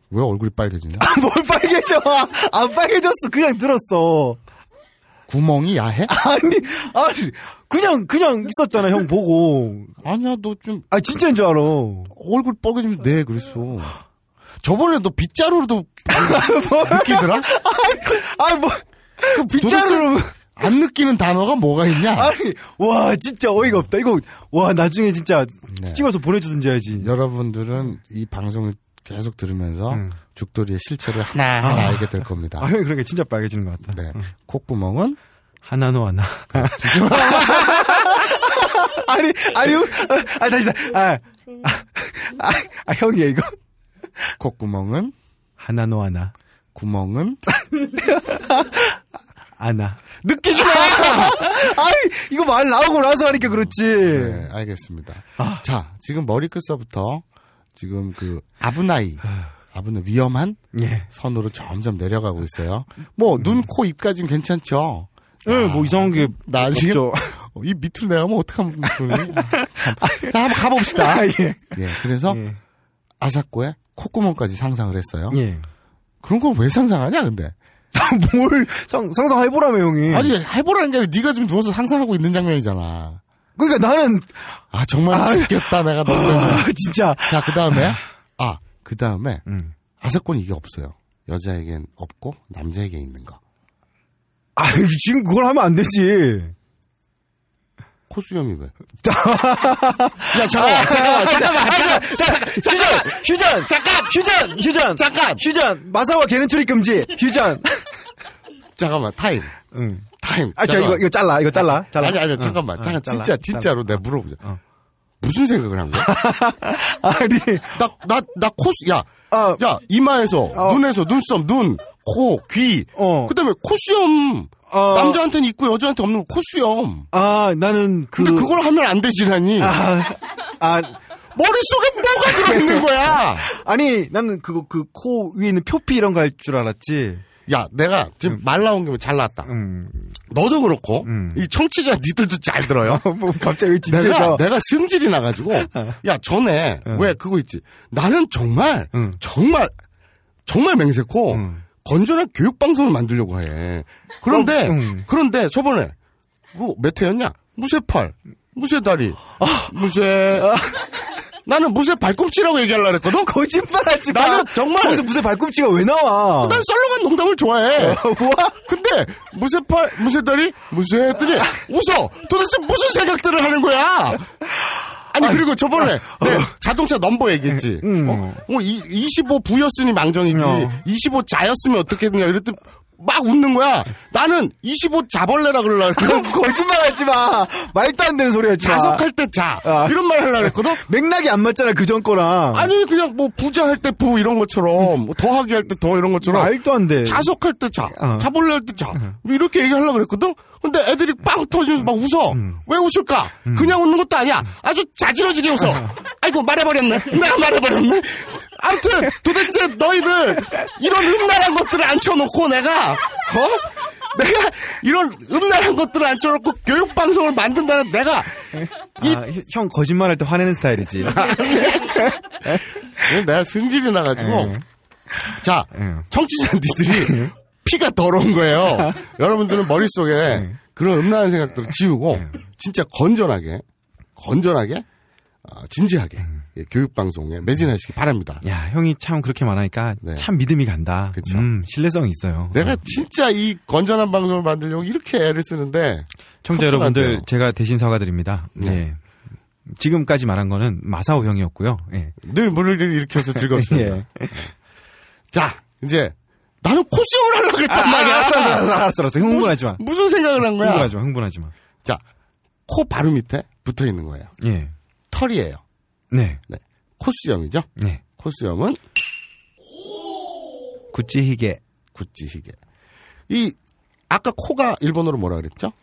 왜 얼굴이 빨개지냐? 아, 뭘 빨개져. 안 빨개졌어. 그냥 들었어. 구멍이 야해? 아니, 아니, 그냥, 그냥 있었잖아, 형 보고. 아니야, 너 좀 아, 진짜인 줄 알아. 얼굴 빨개지면 돼, 그랬어. 저번에 너 빗자루로도 느끼더라? 아, 뭐, 빗자루로. 안 느끼는 단어가 뭐가 있냐? 아니, 와, 진짜 어이가 없다. 이거, 와, 나중에 진짜 찍어서 보내주든지 해야지. 여러분들은 이 방송을 계속 들으면서 음. 죽돌이의 실체를 하나하나 알게 될 겁니다. 아, 형이 그러니까 진짜 빨개지는 것 같다. 네. 콧구멍은 하나노 하나. 아니, 아니, 형, 아, 다시, 다 아, 아, 아, 형이야, 이거. 콧구멍은 하나노 하나. 구멍은 아나. 느끼지 마. 아니, 이거 말 나오고 나서 하니까 그렇지. 네, 알겠습니다. 자, 지금 머리 끝서부터 지금 그 아브나이 아브나 위험한 네. 예. 선으로 점점 내려가고 있어요. 뭐 눈, 코, 입까지는 괜찮죠. 예, 뭐 이상한 게. 아, 나 지금 이 밑으로 내려가면 어떡하면 좋니? 참. 자, 한번 아, 가봅시다. 예. 그래서 예. 아사코의 콧구멍까지 상상을 했어요. 예. 그런 걸 왜 상상하냐, 근데? 뭘 상, 상상해보라며, 형이. 아니, 해보라는 게 아니라 네가 지금 누워서 상상하고 있는 장면이잖아. 그러니까 나는, 아, 정말 웃겼다, 내가 너무. 아, 진짜. 자, 그 다음에, 아, 그 다음에, 음. 아사코는 이게 없어요. 여자에겐 없고, 남자에게 있는 거. 아, 지금 그걸 하면 안 되지. 코수염이 왜? 야, 아. 잠깐만, 잠깐만, 잠깐만, 잠깐, 잠깐, 휴전, 휴전, 잠깐, 휴전, 휴전, 잠깐, 휴전, 마사와 개는 출입 금지, 휴전. 잠깐만, 타임, 응. 타임. 아, 저 잠깐만. 이거 이거 잘라, 이거 잘라, 잘라. 아니, 아니, 잠깐만. 잠깐, 잘라, 진짜, 진짜로 내가 물어보자. 어. 무슨 생각을 한 거야? 아니, 나, 나, 나 코수, 야, 아, 야, 이마에서, 눈에서, 눈썹, 눈, 코, 귀. 어. 그 다음에 코수염. 어. 남자한테는 있고 여자한테 없는 코수염. 아, 나는 그. 근데 그걸 하면 안 되지라니. 아, 아, 머릿속에 뭐가 들어있는 거야? 아니, 나는 그거 그 코 위에 있는 표피 이런 거 할 줄 알았지. 야, 내가 음. 지금 말 나온 김에 잘 나왔다. 음. 너도 그렇고, 이 청취자 니들도 잘 들어요. 뭐 갑자기 왜 진짜 내가, 저 어. 내가 승질이 나가지고, 야, 전에, 왜 그거 있지? 나는 정말, 정말, 정말 맹세코, 건전한 교육방송을 만들려고 해. 어, 그런데, 그런데 저번에, 그거 몇 회였냐? 무쇠팔, 무쇠다리, 아. 무쇠, 나는 무쇠 발꿈치라고 얘기하려고 했거든? 거짓말하지 마. 나는 정말- 거기서 무슨 발꿈치가 왜 나와? 난 썰렁한 농담을 어. 좋아해. 근데 무쇠팔, 무쇠다리, 무쇠했더니 웃어. 도대체 무슨 생각들을 하는 거야? 아니 그리고 저번에 어. 네, 자동차 넘버 네. 얘기했지. 음. 어, 어, 이, 25 부였으니 망정이지. 어. 25 자였으면 어떻겠느냐 이랬더니 막 웃는 거야. 나는 25 자벌레라 그러려고 그랬거든. 거짓말하지 마. 말도 안 되는 소리 하지 마. 자석할 때 자. 아. 이런 말 하려고 그랬거든. 맥락이 안 맞잖아 그전 거랑. 아니 그냥 뭐 부자 할 때 부 이런 것처럼 뭐 더하기 할 때 더 이런 것처럼 말도 안 예. 돼. 자석할 때 자, 자볼래 할 때 자, 뭐 이렇게 얘기하려고 그랬거든? 근데 애들이 빵 터지면서 막 웃어. 왜 웃을까? 그냥 웃는 것도 아니야. 아주 자지러지게 웃어. 아이고, 말해버렸네. 내가 말해버렸네. 아무튼, 도대체 너희들, 이런 음란한 것들을 앉혀놓고 내가, 어? 내가 이런 음란한 것들을 앉혀놓고 교육방송을 만든다는 내가, 아, 혀- 형 거짓말할 때 화내는 스타일이지. 내가 승질이 나가지고. 자, 예. 청취자 네. 니들이 피가 더러운 거예요. 여러분들은 네. 머릿속에 그런 음란한 생각들을 지우고, 진짜 건전하게, 건전하게, 어, 진지하게, 음. 예, 교육방송에 매진하시기 바랍니다. 야, 형이 참 그렇게 말하니까 네. 참 믿음이 간다. 그쵸. 음, 신뢰성이 있어요. 내가 진짜 이 건전한 방송을 만들려고 이렇게 애를 쓰는데, 청자 섭섭한데요. 네. 여러분들 제가 대신 사과드립니다. 예. 지금까지 말한 거는 마사오 형이었고요. 예. 늘 물을 일으켜서 즐겁습니다. 자, 이제, 나는 코수염을 하려고 그랬단 아, 말이야. 알았어, 알았어, 알았어, 알았어. 흥분하지 마. 무슨 생각을 한 거야? 흥분하지 마. 흥분하지 마. 자, 코 바로 밑에 붙어 있는 거예요. 예. 털이에요. 네. 네. 코수염이죠? 네. 코수염은 구찌 희게 구찌시계. 이, 아까 코가 일본어로 뭐라 그랬죠?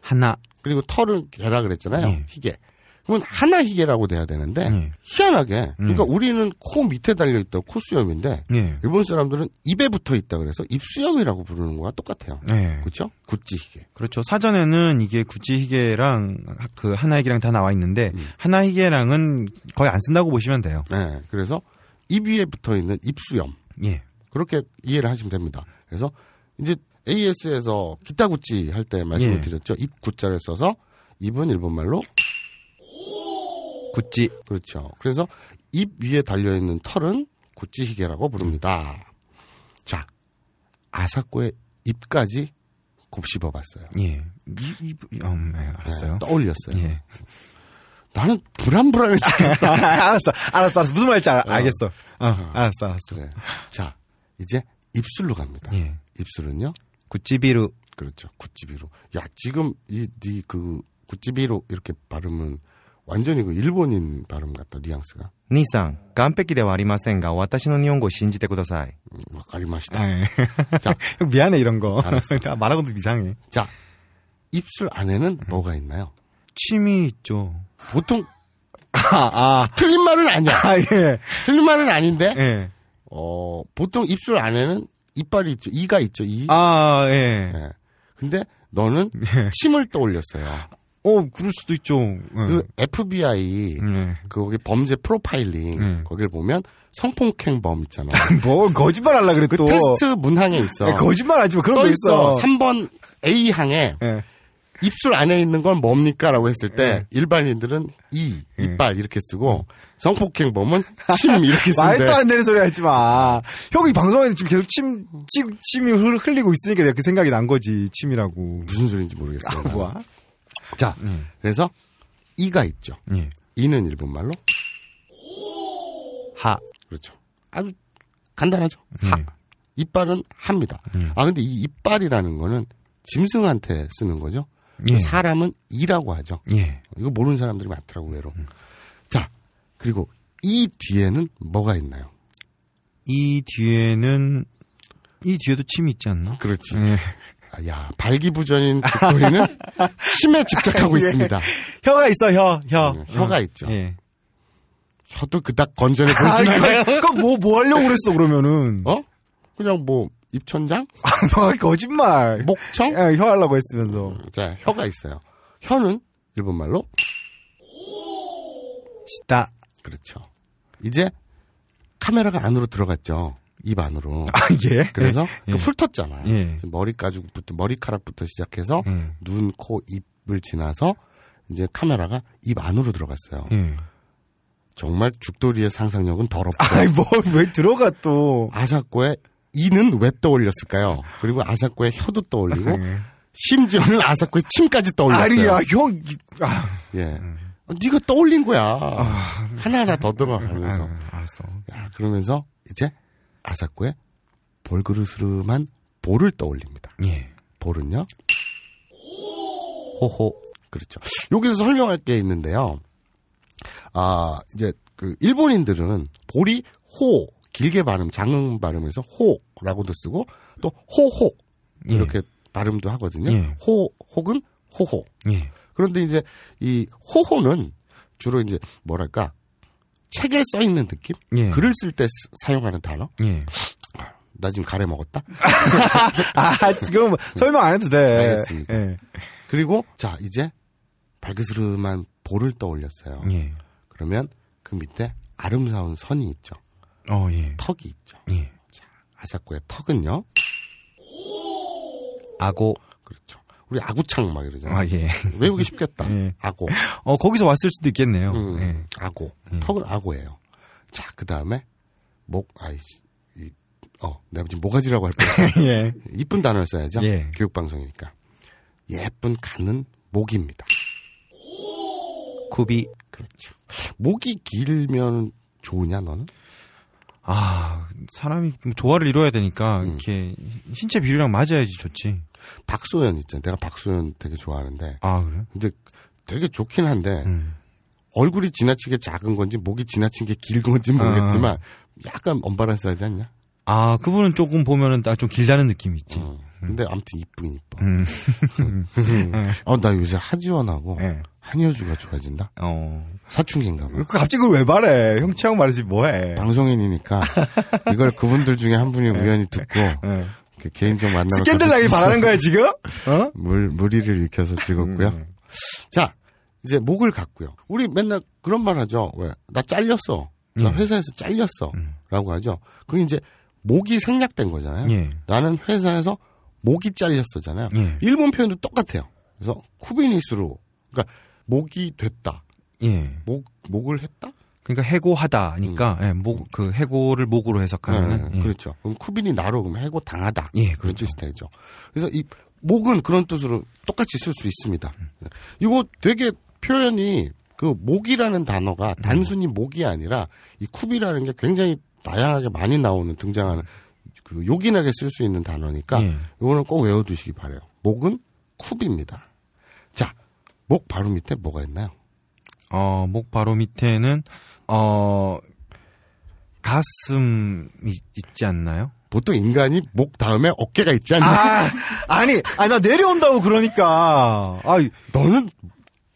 하나. 그리고 털은 개라 그랬잖아요. 예. 희게. 그건 하나 희게라고 돼야 되는데, 예. 희한하게, 그러니까 우리는 코 밑에 달려있다고 코수염인데, 예. 일본 사람들은 입에 붙어 있다 그래서 입수염이라고 부르는 거와 똑같아요. 예. 그렇죠? 구찌시계. 그렇죠. 사전에는 이게 구찌 희게랑 그 하나 희게랑 다 나와 있는데 음. 하나 희게랑은 거의 안 쓴다고 보시면 돼요. 네. 그래서 입 위에 붙어 있는 입수염. 예. 그렇게 이해를 하시면 됩니다. 그래서 이제 AS에서 기타구찌 할 때 말씀을 예. 드렸죠. 입구자를 써서 입은 일본말로 구찌. 그렇죠. 그래서 입 위에 달려 있는 털은 구찌시계라고 부릅니다. 자, 아사코의 입까지 곱씹어봤어요. 예. 이, 이, 음, 예, 알았어요. 네, 떠올렸어요. 예. 나는 불안불안해지겠다. 알았어, 알았어, 알았어. 무슨 말인지 알, 알겠어. 어, 알았어, 알았어. 그래. 자, 이제 입술로 갑니다. 예. 입술은요? 구찌비루. 그렇죠. 구찌비로. 야, 지금 이네그 구찌비로 이렇게 발음은 완전히 그 일본인 발음 같다. 뉘앙스가. 兄さん、完璧ではありませんが、私の日本語を信じてください。 음, 와, 가리마시다. 아, 예. 자, 형 미안해 이런 거. 알았어. 나 말하고도 이상해. 자. 입술 안에는 뭐가 있나요? 침이 있죠. 보통 아, 아, 틀린 말은 아니야. 아 예, 틀린 말은 아닌데 예, 어, 보통 입술 안에는 이빨이 있죠. 이가 있죠. 이. 아, 예. 예. 근데 너는 예. 침을 떠올렸어요. 어, 그럴 수도 있죠. 음. 예. 그 FBI 예. 그 거기 범죄 프로파일링 음. 거기를 보면 성폭행범 있잖아. 뭐 거짓말 하려 그래 그 또. 예, 테스트 문항에 있어. 거짓말 하지 마. 그런 써 거 있어. 있어. 3번 A 항에 예. 입술 안에 있는 건 뭡니까라고 했을 때 일반인들은 이 예. 이빨 이렇게 쓰고 성폭행범은 침 이렇게 말도 쓰는데 안 되는 소리 하지 마. 형이 방송에서 지금 계속 침, 침 침이 흘- 흘리고 있으니까 내가 그 생각이 난 거지. 침이라고. 무슨 소리인지 모르겠어요. 나는. 뭐야? 자, 그래서 이가 있죠. 예. 이는 일본말로 하. 그렇죠. 음. 아주 간단하죠. 하. 이빨은 합니다. 아 근데 이 이빨이라는 거는 짐승한테 쓰는 거죠. 예. 사람은 이라고 하죠. 예. 이거 모르는 사람들이 많더라고 외로. 자 그리고 이 뒤에는 뭐가 있나요? 이 뒤에는 이 뒤에도 침이 있지 않나? 그렇지. 아, 야 발기부전인 집돌이는 침에 집착하고 있습니다. 혀가 있어, 혀, 어. 혀. 음, 혀가 있죠. 예. 혀도 그닥 건전해 아, 보이진 않아요. 그니까 뭐, 뭐 하려고 그랬어, 그러면은. 어? 그냥 뭐 입천장, 뭐, 거짓말. 목청, 예, 혀 하려고 했으면서. 자, 혀가 있어요. 혀는 일본말로 시다. 그렇죠. 이제 카메라가 안으로 들어갔죠. 입 안으로. 아, 예? 그래서 그 훑었잖아요. 예. 지금 머리 가지고부터 머리카락부터 시작해서 예. 눈, 코, 입을 지나서 이제 카메라가 입 안으로 들어갔어요. 예. 정말 죽돌이의 상상력은 더럽고 아이, 뭐, 왜 들어가 또. 아사코의 이는 왜 떠올렸을까요? 그리고 아사코의 혀도 예. 떠올리고 심지어는 아사코의 침까지 아니, 떠올렸어요. 야, 형. 아, 예. 어, 네가 떠올린 거야. 하나하나 더 들어가면서. 음. 알았어. 야, 그러면서 이제 아사코의 볼그르스름한 볼을 떠올립니다. 예. 볼은요? 호호. 그렇죠. 여기서 설명할 게 있는데요. 아, 이제 그 일본인들은 볼이 호 길게 발음 장음 발음에서 호라고도 쓰고 또 호호 예. 이렇게 발음도 하거든요. 예. 호 혹은 호호. 예. 그런데 이제 이 호호는 주로 이제 뭐랄까 책에 써 있는 느낌? 예. 글을 쓸 때 사용하는 단어? 예. 나 지금 가래 먹었다? 아, 지금 설명 안 해도 돼. 알겠습니다. 예. 그리고 자 이제 발그스름한 볼을 떠올렸어요. 예. 그러면 그 밑에 아름다운 선이 있죠. 어, 예. 턱이 있죠. 예. 아사코의 턱은요. 아고. 그렇죠. 우리 아구창 막 이러잖아요. 아, 예. 외우기 쉽겠다. 예. 아고. 어, 거기서 왔을 수도 있겠네요. 음, 예. 아고. 턱은 아고예요. 자, 그 다음에 목 아이씨. 이, 어, 내가 지금 모가지라고 할 거야. 네. 예. 이쁜 단어를 써야죠. 예. 교육방송이니까. 예쁜 가는 목입니다. 쿠비. 그렇죠. 목이 길면 좋으냐 너는? 아, 사람이 뭐 조화를 이뤄야 되니까 이렇게 신체 비율이랑 맞아야지 좋지. 박소연 있잖아. 내가 박소연 되게 좋아하는데. 아, 그래? 근데 되게 좋긴 한데 음. 얼굴이 지나치게 작은 건지 목이 지나치게 긴 건지 모르겠지만 어. 약간 언바란스하지 않냐? 아, 그분은 조금 보면은 아, 좀 길다는 느낌이 있지. 어. 근데 아무튼 이쁘긴 이뻐. 음. 어, 나 요새 하지원하고 예. 한효주가 좋아진다. 어. 사춘기인가 봐. 그 갑자기 그걸 왜 말해? 형 취향 말하지 뭐해? 예. 방송인이니까 이걸 그분들 중에 한 분이 우연히 듣고 예. 이렇게 개인적 만남을 스캔들 나길 바라는 거야, 지금? 어? 물 무리를 일으켜서 찍었고요. 음. 자 이제 목을 갔고요. 우리 맨날 그런 말 하죠. 왜 나 잘렸어. 음. 나 회사에서 잘렸어.라고 하죠. 그게 이제 목이 생략된 거잖아요. 예. 나는 회사에서 목이 잘렸어잖아요. 예. 일본 표현도 똑같아요. 그래서 쿠비니스로 그러니까 목이 됐다. 예. 목 목을 했다. 그러니까 해고하다니까 예, 목 그 해고를 목으로 네, 해석하면은 예. 그렇죠. 그럼 쿠빈이 나로 그럼 해고 당하다. 예, 그런 그렇죠. 뜻이 되죠. 그래서 이 목은 그런 뜻으로 똑같이 쓸 수 있습니다. 네. 이거 되게 표현이 그 목이라는 단어가 단순히 목이 아니라 이 쿱이라는 게 굉장히 다양하게 많이 나오는 등장하는 그 요긴하게 쓸 수 있는 단어니까 예. 이거는 꼭 외워두시기 바래요. 목은 쿱입니다. 자, 목 바로 밑에 뭐가 있나요? 어, 목 바로 밑에는 어 가슴이 있지 않나요? 보통 인간이 목 다음에 어깨가 있지 않나? 아, 아니, 아니, 나 내려온다고 그러니까. 아, 너는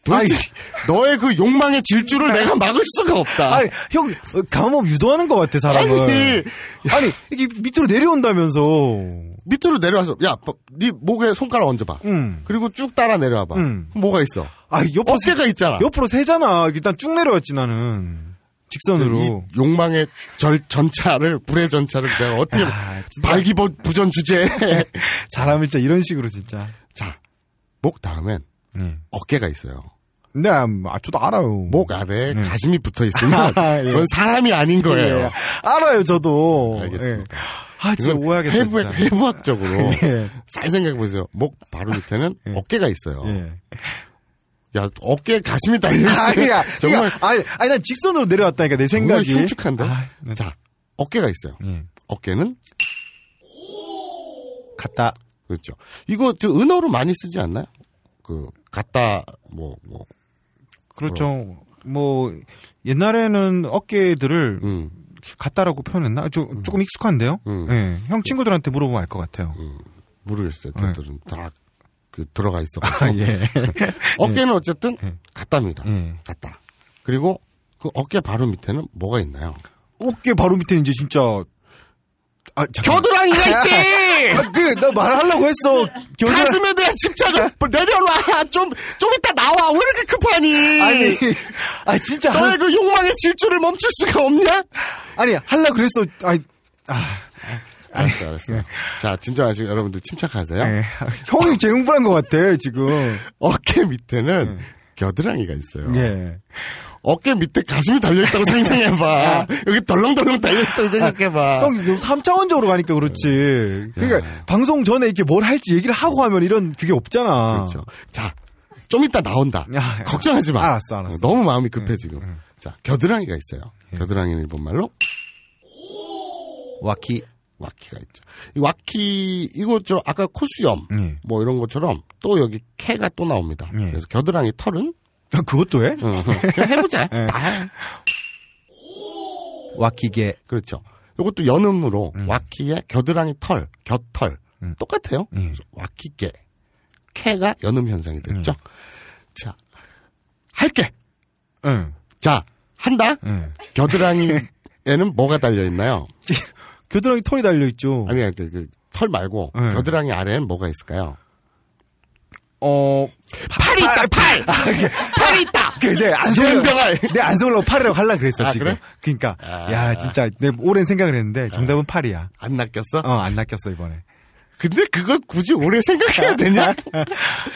도대체 너의 그 욕망의 질주를 내가 막을 수가 없다. 아니, 형, 어, 감업 유도하는 것 같아, 사람을. 아니, 아니, 이게 밑으로 내려온다면서. 밑으로 내려와서 야네 목에 손가락 얹어봐 음. 그리고 쭉 따라 내려와봐 음. 그럼 뭐가 있어 아, 옆으로, 세, 어깨가 있잖아 옆으로 세잖아. 일단 쭉 내려왔지, 나는. 직선으로. 이 욕망의 절, 전차를 불의 전차를 내가 어떻게 아, 아, 발기보 부전 주제 사람을 진짜 이런 식으로, 진짜. 자목 다음엔 네. 어깨가 있어요 네, 아, 저도 알아요. 목 아래에 가슴이 붙어 있으면 아, 예. 그건 사람이 아닌 거예요 알아요, 저도. 알겠습니다. 예. 아, 진짜 이건 오해하겠다. 해부, 진짜. 해부학적으로 예. 잘 생각해 보세요 목 바로 밑에는 어깨가 있어요 예. 야 어깨에 가슴이 달려 있어요 아니야, 정말 그러니까, 아니, 아니, 난 직선으로 내려왔다니까, 내 정말 생각이. 아, 흉측한데 네. 자 어깨가 있어요 예. 어깨는 갔다. 그렇죠. 이거 저 은어로 많이 쓰지 않나요? 그 갔다 뭐 뭐. 그렇죠. 뭐 옛날에는 어깨들을 음. 같다라고 표현했나? 저, 조금 익숙한데요. 음. 예. 형 친구들한테 물어보면 알 것 같아요. 모르겠어요. 네. 걔들은 다 그 들어가 있어. 아, 예. 어깨는 어쨌든 예. 갔답니다. 예. 갔다. 그리고 그 어깨 바로 밑에는 뭐가 있나요? 어깨 바로 밑에 이제 진짜 아, 잠깐만. 겨드랑이가 있지. 아, 그, 나 말하려고 했어. 겨드랑이. 가슴에 대한 집착을 내려놔. 좀좀 이따 나와. 왜 이렇게 급하니? 아니, 아 진짜 너의 할, 그 욕망의 질주를 멈출 수가 없냐? 아니 할라 그랬어. 아, 아 알았어, 알았어. 자, 진정하시고 여러분들 침착하세요. 예. 형이 제일 흥분한 것 같아 지금. 어깨 밑에는 겨드랑이가 있어요. 예. 어깨 밑에 가슴이 달려있다고 상상해봐. 여기 덜렁덜렁 달려있다고 생각해봐. 형 너무 3차원적으로 가니까 그렇지. 그러니까 방송 전에 이렇게 뭘 할지 얘기를 하고 하면 이런 그게 없잖아. 그렇죠. 자, 좀 이따 나온다. 야, 야. 걱정하지 마. 알았어, 알았어. 어, 네. 너무 마음이 급해, 지금. 자, 겨드랑이가 있어요. 겨드랑이는 일본말로 와키. 와키가 있죠. 이 와키, 이거 저 아까 코수염, 예. 뭐 이런 것처럼 또 여기 캐가 또 나옵니다. 예. 그래서 겨드랑이 털은 아, 그것도 해? 어, 그냥 해보자. 다 와키게. 그렇죠. 이것도 연음으로 와키의 겨드랑이 털, 곁털 똑같아요. 그래서 와키게 캐가 연음 현상이 됐죠. 자 할게. 예. 자 한다. 예. 겨드랑이에는 뭐가 달려 있나요? 겨드랑이 털이 달려 음. 있죠. 아니 그, 그, 털 말고 네. 겨드랑이 아래에는 뭐가 있을까요? 어, 팔 있다 팔. 팔 있다. 아, 그 그내 네, 음. 젠병알. 안성을 내 안성을 팔이라고 할라 그랬어 아, 지금. 그래? 그러니까 아. 야 진짜 내 오랜 생각을 했는데 정답은 팔이야. 안 낚였어? 어 안 낚였어 이번에. 근데 그걸 굳이 오래 생각해야 되냐?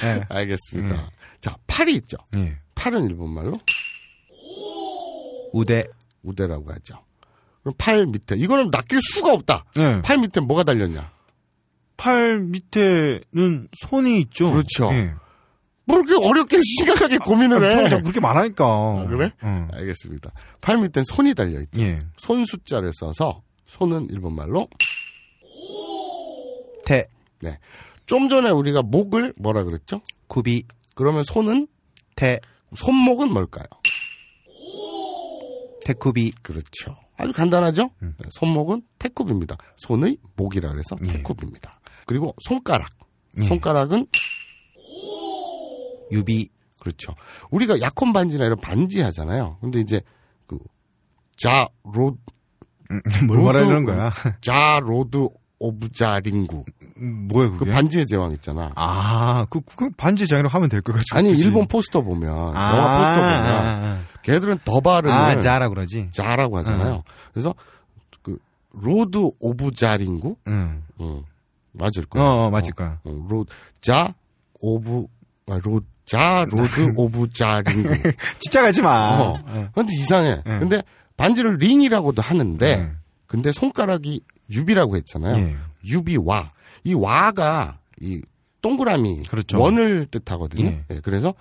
예. 알겠습니다. 자 팔이 있죠. 예. 팔은 일본말로 우대. 우대라고 하죠. 그럼 팔 밑에 이거는 낚일 수가 없다. 예. 팔 밑에 뭐가 달렸냐? 팔 밑에는 손이 있죠. 그렇죠. 예. 뭘 그렇게 어렵게 심각하게 음, 고민을 아, 형 해? 자꾸 아, 그렇게 말하니까. 아, 그래? 어. 알겠습니다. 팔 밑엔 손이 달려있죠. 예. 손 숫자를 써서 손은 일본말로 테. 네. 좀 전에 우리가 목을 뭐라 그랬죠? 쿠비. 그러면 손은 테. 손목은 뭘까요? 테쿠비. 그렇죠. 아주 간단하죠? 음. 네, 손목은 태굽입니다. 손의 목이라 그래서 예. 태굽입니다. 그리고 손가락. 손가락은 유비. 그렇죠. 우리가 약혼 반지나 이런 반지 하잖아요. 근데 이제 그 자로 뭘 말하려는 거야? 자 로드 오브 자링구 뭐야 그 그게? 반지의 제왕 있잖아. 아, 그, 그 반지 장이라고 하면 될 거 가지고. 아, 니 굳이. 일본 포스터 보면 아, 영화 포스터 보면 아, 걔들은 더 발음을 아, 아, 자라 어. 그러지. 라고 하잖아요. 그래서 그 로드 오브 자링구 응. 음, 맞을 어, 거야. 어, 맞을 거야. 로자 오브 아, 로자 로드 오브 자링구. 진짜 가지 아, 마. 어. 예. 근데 이상해. 근데 반지를 링이라고도 하는데 예. 근데 예, 손가락이 유비라고 했잖아요. 예. 유비와 이 와가 이 동그라미 그렇죠. 원을 뜻하거든요. 예. 예, 그래서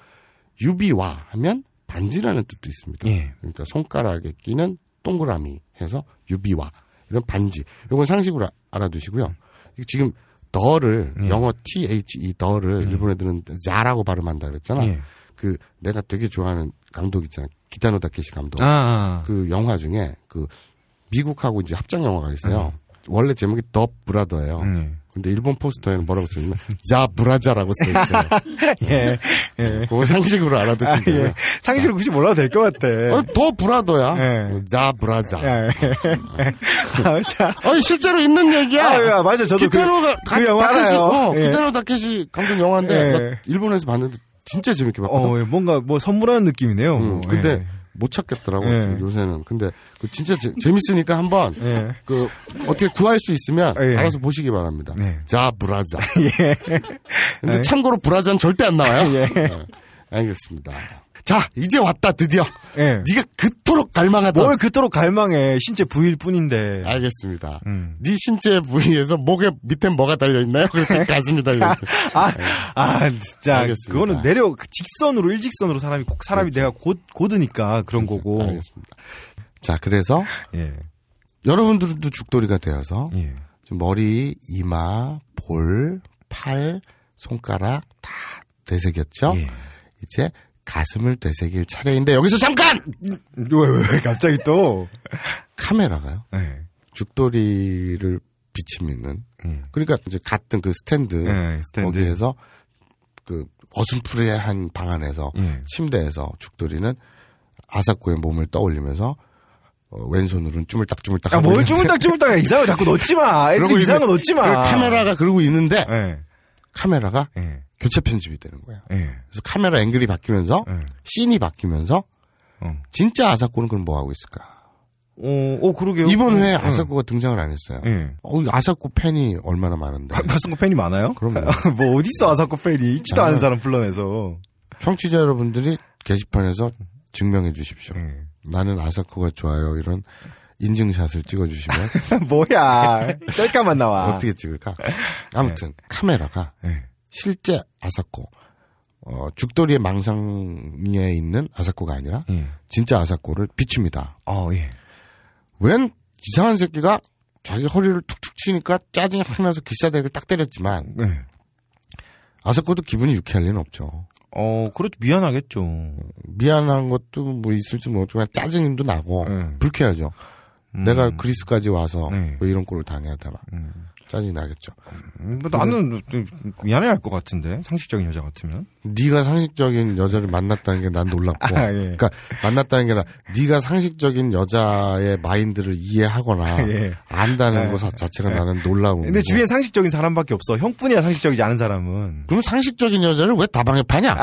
유비와 하면 반지라는 뜻도 있습니다. 예. 그러니까 손가락에 끼는 동그라미 해서 유비와 이런 반지. 이건 상식으로 아- 알아두시고요. 이게 지금 더를 영어 T H E 더를 일본 애들은 자라고 발음한다 그랬잖아. 예. 그 내가 되게 좋아하는 감독 있잖아. 기타노 다케시 감독. 아, 아. 그 영화 중에 그 미국하고 이제 합작 영화가 있어요. 원래 제목이 더 브라더예요. 음. 근데 일본 포스터에는 뭐라고 써있냐면 자 브라자라고 써있어요. 예. 예. 그거 상식으로 알아두시면 돼요. 예. 상식을 굳이 몰라도 될 것 같아. 어, 더 브라더야. 예. 자 브라자. 예. 아, 자. 어, 실제로 있는 얘기야. 아, 예, 맞아. 저도 그, 기타노가 다- 그 영화 다케시, 알아요. 어, 예. 기타노 다케시 감독 영화인데 예. 나 일본에서 봤는데 진짜 재밌게 봤거든. 어, 예. 뭔가 뭐 선물하는 느낌이네요. 음, 뭐. 근데 예. 못 찾겠더라고 예. 요새는. 근데 그 진짜 재, 재밌으니까 한번 예. 그 어떻게 구할 수 있으면 예. 알아서 보시기 바랍니다. 네. 예. 자 브라자. 근데 참고로 브라자는 절대 안 나와요. 예. 알겠습니다. 자 이제 왔다 드디어. 예. 네가 그토록 갈망하던. 뭘 그토록 갈망해. 신체 부일 뿐인데. 알겠습니다. 음. 네 신체 부위에서 목에 밑에 뭐가 달려 있나요? 그렇게 가슴이 달려 있죠. 아, 아, 진짜. 알겠습니다. 그렇죠. 그거는 내려, 직선으로, 일직선으로 사람이, 꼭- 사람이 내가 곧, 곧으니까 그런 거고. 알겠습니다. 자 그래서 예. 여러분들도 죽돌이가 되어서 예. 지금 머리, 이마, 볼, 팔, 손가락 다 되새겼죠? 예. 이제 가슴을 되새길 차례인데 여기서 잠깐 왜, 왜, 왜, 갑자기 또. 카메라가요. 예. 죽돌이를 비치면은 그러니까 이제 같은 그 스탠드 예, 스탠드. 거기에서 그 어슴푸레한 방 안에서 예. 침대에서 죽돌이는 아사코의 몸을 떠올리면서 어, 왼손으로는 쭈물딱쭈물딱 아, 하고 뭘 있는데 주물딱주물딱 이상한 거 자꾸 넣지 마. 애들 그러고 이상한 거 있는- 넣지 마. 카메라가 그러고 있는데 예. 카메라가 예. 교체 편집이 되는 거예요. 예. 그래서 카메라 앵글이 바뀌면서 예. 씬이 바뀌면서 어. 진짜 아사코는 그럼 뭐 하고 있을까? 오, 오, 그러게요. 이번 음, 회에 음. 아사코가 등장을 안 했어요. 예. 어, 이 아사코 팬이 얼마나 많은데. 아, 가슴코 팬이 많아요? 그럼요. 뭐, 어딨어, 아사코 팬이. 있지도 않은 사람 불러내서. 청취자 여러분들이 게시판에서 증명해 주십시오. 나는 아사코가 좋아요. 이런 인증샷을 찍어 주시면 뭐야. 셀카만 나와. 어떻게 찍을까? 아무튼 카메라가 예. 실제 아사코 어, 죽돌이의 망상에 있는 아사코가 아니라 예. 진짜 아사코를 비춥니다. 어, 예. 웬 이상한 새끼가 자기 허리를 툭툭 치니까 짜증이 확 나서 기사대를 딱 때렸지만 예. 아사코도 기분이 유쾌할 리는 없죠. 어, 그렇죠. 미안하겠죠. 어. 미안한 것도 뭐 있을지 모르지만 짜증도 나고 예. 불쾌하죠. 내가 그리스까지 와서 음. 네. 왜 이런 꼴을 당해야 되나 짜증이 나겠죠. 음, 뭐 나는 미안해 할 것 같은데. 상식적인 여자 같으면. 네가 상식적인 여자를 만났다는 게 난 놀랍고, 아, 예. 그러니까 만났다는 게 아니라 네가 상식적인 여자의 마인드를 이해하거나 예. 안다는 것 자체가 나는 놀라운. 근데 주위에 상식적인 사람밖에 없어. 형뿐이야, 상식적이지 않은 사람은. 그럼 상식적인 여자를 왜 다방에 파냐? 아,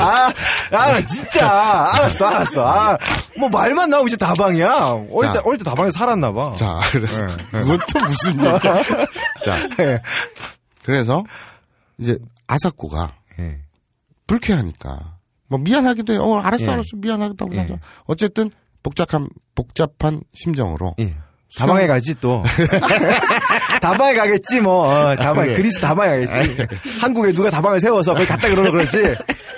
아, 나 진짜. 알았어, 알았어. 아, 뭐 말만 나오고 이제 다방이야. 어릴 때, 자. 어릴 예, 때 다방에 살았나봐. 자, 그래서 그것도 무슨 얘기야? 자, 예. 그래서 이제 아사코가 예. 불쾌하니까 뭐 미안하기도 해요. 어, 알았어, 예. 알았어, 미안하기도 하고 예. 하죠. 어쨌든 복잡한 복잡한 심정으로 예. 다방에 가지 또. 다방에 가겠지 뭐. 어, 다방 에 그리스 다방에 가겠지. 한국에 누가 다방을 세워서 거기 갔다 그러고 그러지.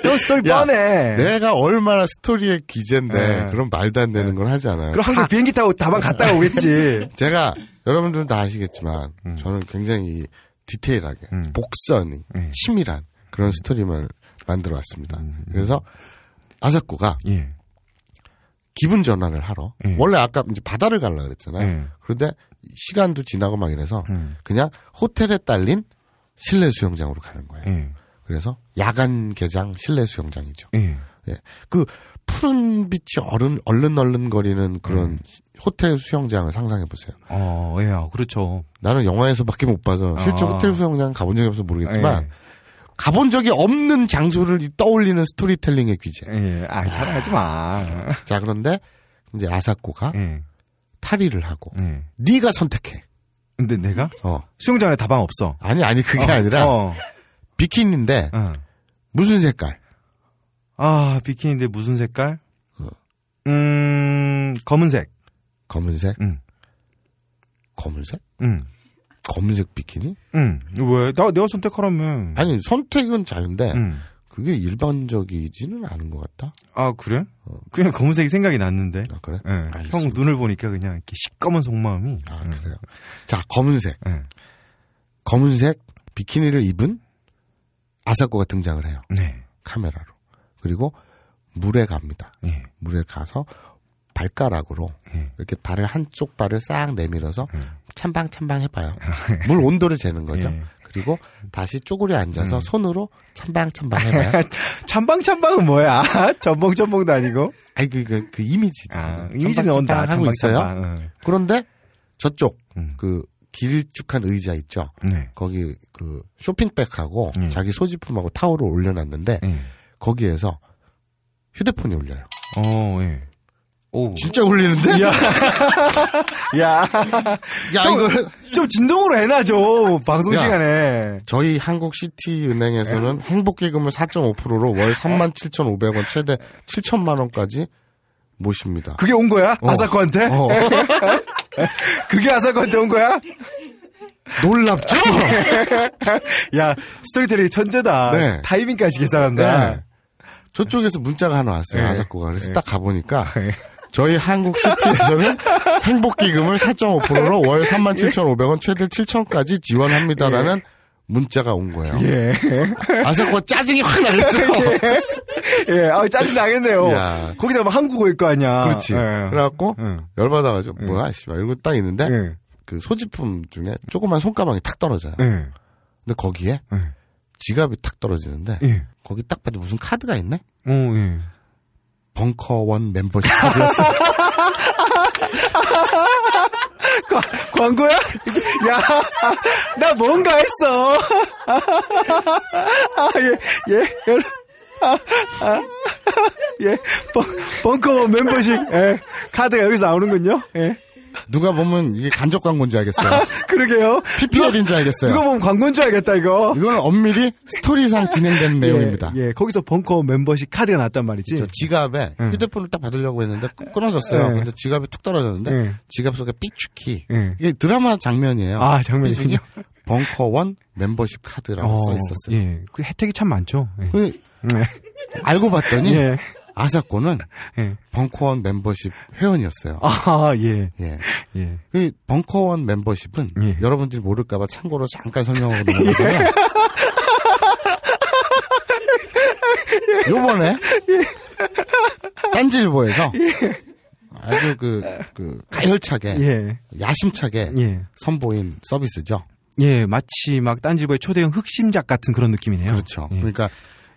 너 스토리 야, 네. 뻔해. 내가 얼마나 스토리의 기재인데 예. 그런 말도 안 되는 건 하지 않아요. 그럼 한국 비행기 타고 다방 갔다가 오겠지. 제가 여러분들은 다 아시겠지만 저는 굉장히 디테일하게 복선이 치밀한 그런 스토리만 만들어 왔습니다. 그래서 아사코가 예. 기분 전환을 하러 원래 아까 이제 바다를 갈라 그랬잖아요. 예. 그런데 시간도 지나고 막 이래서 그냥 호텔에 딸린 실내 수영장으로 가는 거예요. 예. 그래서 야간 개장 실내 수영장이죠. 예. 예. 그 푸른 빛이 얼른 얼른 얼른 거리는 그런 호텔 수영장을 상상해 보세요. 어, 예. 아, 그렇죠. 나는 영화에서밖에 못 봐서 실제 아. 예. 호텔 수영장 가본 적이 없어서 모르겠지만 가본 적이 없는 장소를 이 떠올리는 스토리텔링의 귀재. 예. 아, 자랑하지 마. 자 그런데 이제 아사코가 예. 탈의를 하고 예. 네가 선택해. 근데 내가? 어 수영장에 다방 없어. 아니 아니 그게 아니라 어. 비키니인데 어. 무슨 색깔? 아, 비키니인데 무슨 색깔? 어. 음, 검은색. 검은색. 음. 검은색? 음. 검은색 비키니? 응. 왜? 나 내가 선택하라면. 아니 네. 선택은 자유인데 응. 그게 일반적이지는 않은 것 같다. 아 그래? 그냥 검은색이 생각이 났는데. 어. 아, 그래? 예, 형 알겠습니다. 눈을 보니까 그냥 이렇게 시꺼먼 속마음이. 아 응. 그래요. 자 검은색 예. 검은색 비키니를 입은 아사코가 등장을 해요. 네. 카메라로. 그리고 물에 갑니다. 예. 물에 가서 발가락으로 예. 음. 이렇게 발을 한쪽 발을 싹 내밀어서 찬방찬방 해봐요. 물 온도를 재는 거죠. 아, 예. 음. 그리고 다시 쪼그려 앉아서 손으로 찬방찬방 해봐요. 참방참방은 뭐야? 전봉전봉도 아니고. 아이 그, 그, 그 이미지죠. 아, 찬방찬방 이미지는 온다. 하고 있어요. 장방장방. 그런데 저쪽 음. 그 길쭉한 의자 있죠. 응. 네. 거기 그 쇼핑백하고 예. 자기 소지품하고 타월을 올려놨는데 예. 거기에서 휴대폰이 울려요. 어, 예. 오. 진짜 울리는데? 야, 야, 이걸 좀 진동으로 해놔, 좀. 방송 야. 시간에. 저희 한국 시티 은행에서는 행복 기금을 4.5%로 월 37,500원 최대 7천만 원까지 모십니다. 그게 온 거야? 어. 아사코한테? 어, 그게 아사코한테 온 거야? 놀랍죠? 야, 스토리텔링 천재다. 네. 타이밍까지 계산한다. 네. 저쪽에서 문자가 하나 왔어요. 예. 아사코가. 그래서 딱 가보니까 저희 한국 시티에서는 행복기금을 4.5%로 예. 월 37,500원 최대 7천까지 지원합니다라는 문자가 온 거예요. 예. 아사코가 짜증이 확 나겠죠? 예, 아 짜증 나겠네요. 야. 거기다 뭐 한국어일 거 아니야. 그렇지. 예. 그래갖고 응. 열받아가지고 뭐야 씨발 이러고 딱 있는데 예. 그 소지품 중에 조그만 손가방이 탁 떨어져요. 예. 근데 거기에 예. 지갑이 탁 떨어지는데 예. 거기 딱 봐도 무슨 카드가 있네? 어, 예. 벙커원 멤버십 카드였어. 광고야? 야, 나 뭔가 했어. 아, 예, 예, 여러분. 아, 아, 예, 벙, 벙커 멤버십, 예, 카드가 여기서 나오는군요. 예, 누가 보면 이게 간접 광고인 줄 알겠어요. 그러게요. PPL인 줄 알겠어요. 아, 이거 뭐 보면 광고인 줄 알겠다, 이거. 이건 엄밀히 스토리상 진행되는 내용입니다. 예, 예, 거기서 벙커 멤버십 카드가 나왔단 말이지. 저 지갑에 휴대폰을 딱 받으려고 했는데 끊- 끊어졌어요. 예. 근데 지갑이 툭 떨어졌는데 예. 지갑 속에 삐죽이 예. 이게 드라마 장면이에요. 아, 장면이군요. 삐죽이 벙커원 멤버십 카드라고 써 있었어요. 예. 그 혜택이 참 많죠. 예. 그 예. 알고 봤더니 예. 아사코는 예. 벙커원 멤버십 회원이었어요. 아, 예. 예. 예. 이 벙커원 멤버십은 예. 여러분들이 모를까봐 참고로 잠깐 설명하고 넘어가요. 요번에 예. 딴지일보에서 아주 그, 그 가열차게 예. 야심차게 예. 선보인 서비스죠. 예, 마치 막 딴지보의 초대형 흑심작 같은 그런 느낌이네요. 그렇죠. 예. 그러니까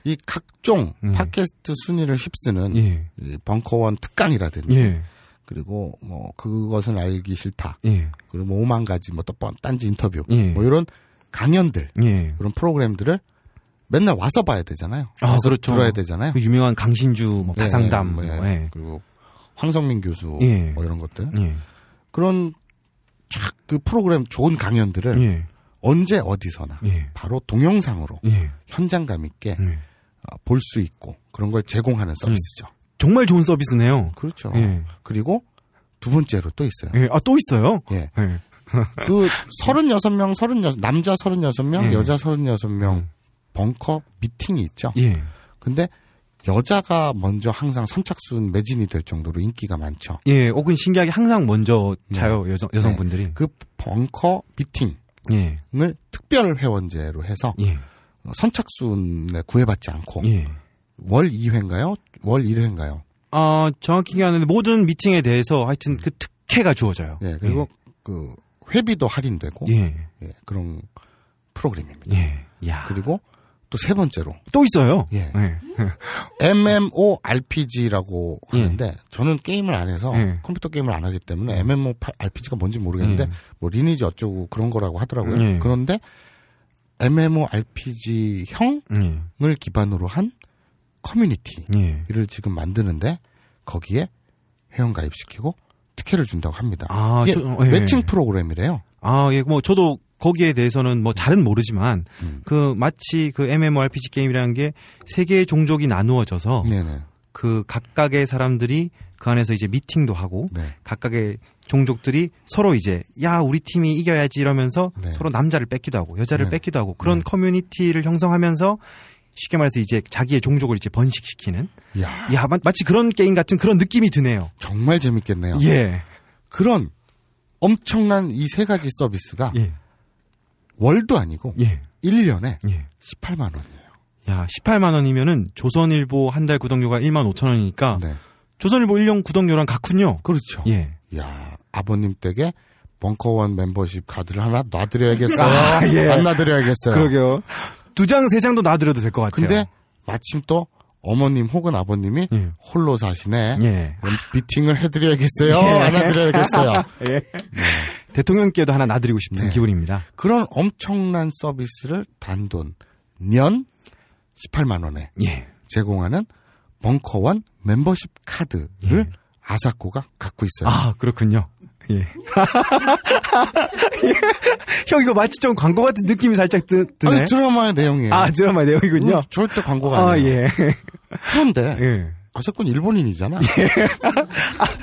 이 각종 예. 팟캐스트 순위를 휩쓰는 예. 이 벙커원 특강이라든지 예. 그리고 뭐 그것은 알기 싫다 예. 그리고 뭐 오만 가지 뭐 또 딴지 인터뷰 예. 뭐 이런 강연들 예. 그런 프로그램들을 맨날 와서 봐야 되잖아요. 아, 와서 그렇죠. 들어야 되잖아요. 그 유명한 강신주 뭐 예, 가상담 뭐, 예. 뭐, 예. 그리고 황성민 교수 예. 뭐 이런 것들 예. 그런 촥 그 프로그램 좋은 강연들을 예. 언제 어디서나 예. 바로 동영상으로 예. 현장감 있게 아, 예. 볼 수 있고 그런 걸 제공하는 서비스죠. 정말 좋은 서비스네요. 그렇죠. 예. 그리고 두 번째로 또 있어요. 예. 아, 또 있어요? 예. 예. 그 36명, 36 남자 36명, 예. 여자 36명 음. 벙커 미팅이 있죠. 예. 근데 여자가 먼저 항상 선착순 매진이 될 정도로 인기가 많죠. 예. 혹은 신기하게 항상 먼저 네. 자요, 여성, 여성분들이. 그 벙커 미팅을 예. 특별 회원제로 해서 예. 선착순에 구애받지 않고 예. 월 2회인가요? 월 1회인가요? 아, 정확히 기억 안 나는데 모든 미팅에 대해서 하여튼 그 특혜가 주어져요. 예. 그리고 그 회비도 할인되고 예. 예. 예, 그런 프로그램입니다. 예. 야. 그리고 또 세 번째로 또 있어요. 예. 예. MMORPG라고 예. 하는데 저는 게임을 안 해서 예. 음. 컴퓨터 게임을 안 하기 때문에 MMORPG가 뭔지 모르겠는데 예. 뭐 리니지 어쩌고 그런 거라고 하더라고요. 예. 그런데 MMORPG형을 예. 기반으로 한 커뮤니티를 예. 지금 만드는데 거기에 회원 가입시키고 특혜를 준다고 합니다. 아, 이게 저- 어, 예. 매칭 프로그램이래요. 아, 예, 뭐, 저도 거기에 대해서는 뭐, 잘은 모르지만, 음. 음. 그, 마치 그 MMORPG 게임이라는 게 세 개의 종족이 나누어져서 네네. 그 각각의 사람들이 그 안에서 이제 미팅도 하고 네. 각각의 종족들이 서로 이제 야 우리 팀이 이겨야지 이러면서 네. 서로 남자를 뺏기도 하고 여자를 네. 뺏기도 하고 그런 커뮤니티를 형성하면서 쉽게 말해서 이제 자기의 종족을 이제 번식시키는 이야, 야 마, 마치 그런 게임 같은 그런 느낌이 드네요. 정말 재밌겠네요. 예. 그런 엄청난 이 세 가지 서비스가 예. 월도 아니고 예. 1년에 예. 18만 원이에요. 야, 18만 원이면은 조선일보 한 달 구독료가 1만 5천 원이니까 네. 조선일보 1년 구독료랑 같군요. 그렇죠. 예. 야 아버님 댁에 벙커원 멤버십 카드를 하나 놔드려야겠어요. 안 놔드려야겠어요. 그러게요. 두 장, 세 장도 놔드려도 될 것 같아요. 근데 마침 또 어머님 혹은 아버님이 예. 홀로 사시네. 예. 그럼 비팅을 해드려야겠어요. 안 해드려야겠어요. 대통령께도 하나 놔드리고 싶은 네. 기분입니다. 그런 엄청난 서비스를 단돈 년 18만 원에 예. 제공하는 벙커원 멤버십 카드를 아사코가 갖고 있어요. 아, 그렇군요. 예. 예. 형 이거 마치 좀 광고 같은 느낌이 살짝 드, 아니, 드네. 드라마의 내용이에요. 아 드라마 내용이군요. 이건 뭐 절대 광고가 아 아니에요. 예. 그런데 예. 아사코는 일본인이잖아.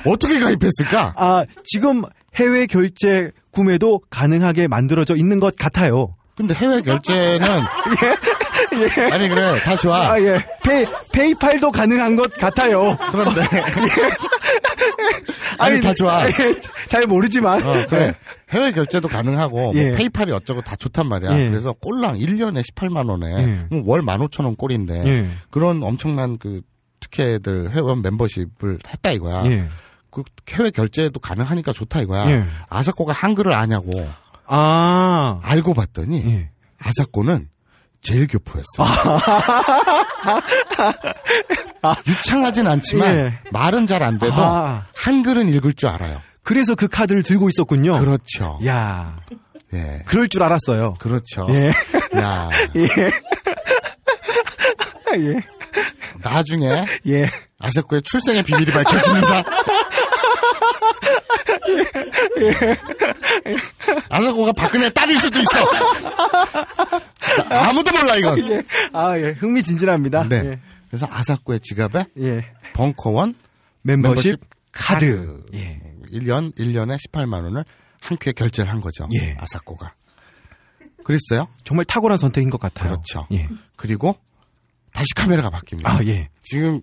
어떻게 가입했을까? 아, 지금 해외 결제 구매도 가능하게 만들어져 있는 것 같아요. 근데 해외 결제는 예. 아니 그래 다시 와. 아 예. 페이 페이팔도 가능한 것 같아요. 그런데 예. 아니, 다 좋아. 예, 잘 모르지만. 어, 그래. 해외 결제도 가능하고, 뭐 예. 페이팔이 어쩌고 다 좋단 말이야. 예. 그래서 꼴랑 1년에 18만원에, 뭐 예. 월 15,000원 꼴인데, 예. 그런 엄청난 그 특혜들 회원 멤버십을 했다 이거야. 예. 그 해외 결제도 가능하니까 좋다 이거야. 예. 아사코가 한글을 아냐고 아. 알고 봤더니, 예. 아사코는 제일 교포였어. 유창하진 않지만, 예. 말은 잘 안 돼도, 아. 한글은 읽을 줄 알아요. 그래서 그 카드를 들고 있었군요. 어. 그렇죠. 야, 예. 그럴 줄 알았어요. 그렇죠. 예. 야, 예. 나중에 예. 아세코의 출생의 비밀이 밝혀집니다. 예. 아세코가 박근혜의 딸일 수도 있어. 나- 아무도 몰라 이건. 아 예. 흥미진진합니다. 네. 예. 그래서 아사코의 지갑에 예. 예. 벙커원 멤버십, 멤버십 카드. 카드. 예. 1년 1년에 18만 원을 한 큐에 결제를 한 거죠. 예. 아사코가. 그랬어요? 정말 탁월한 선택인 것 같아요. 그렇죠. 예. 그리고 다시 카메라가 바뀝니다. 아, 예. 지금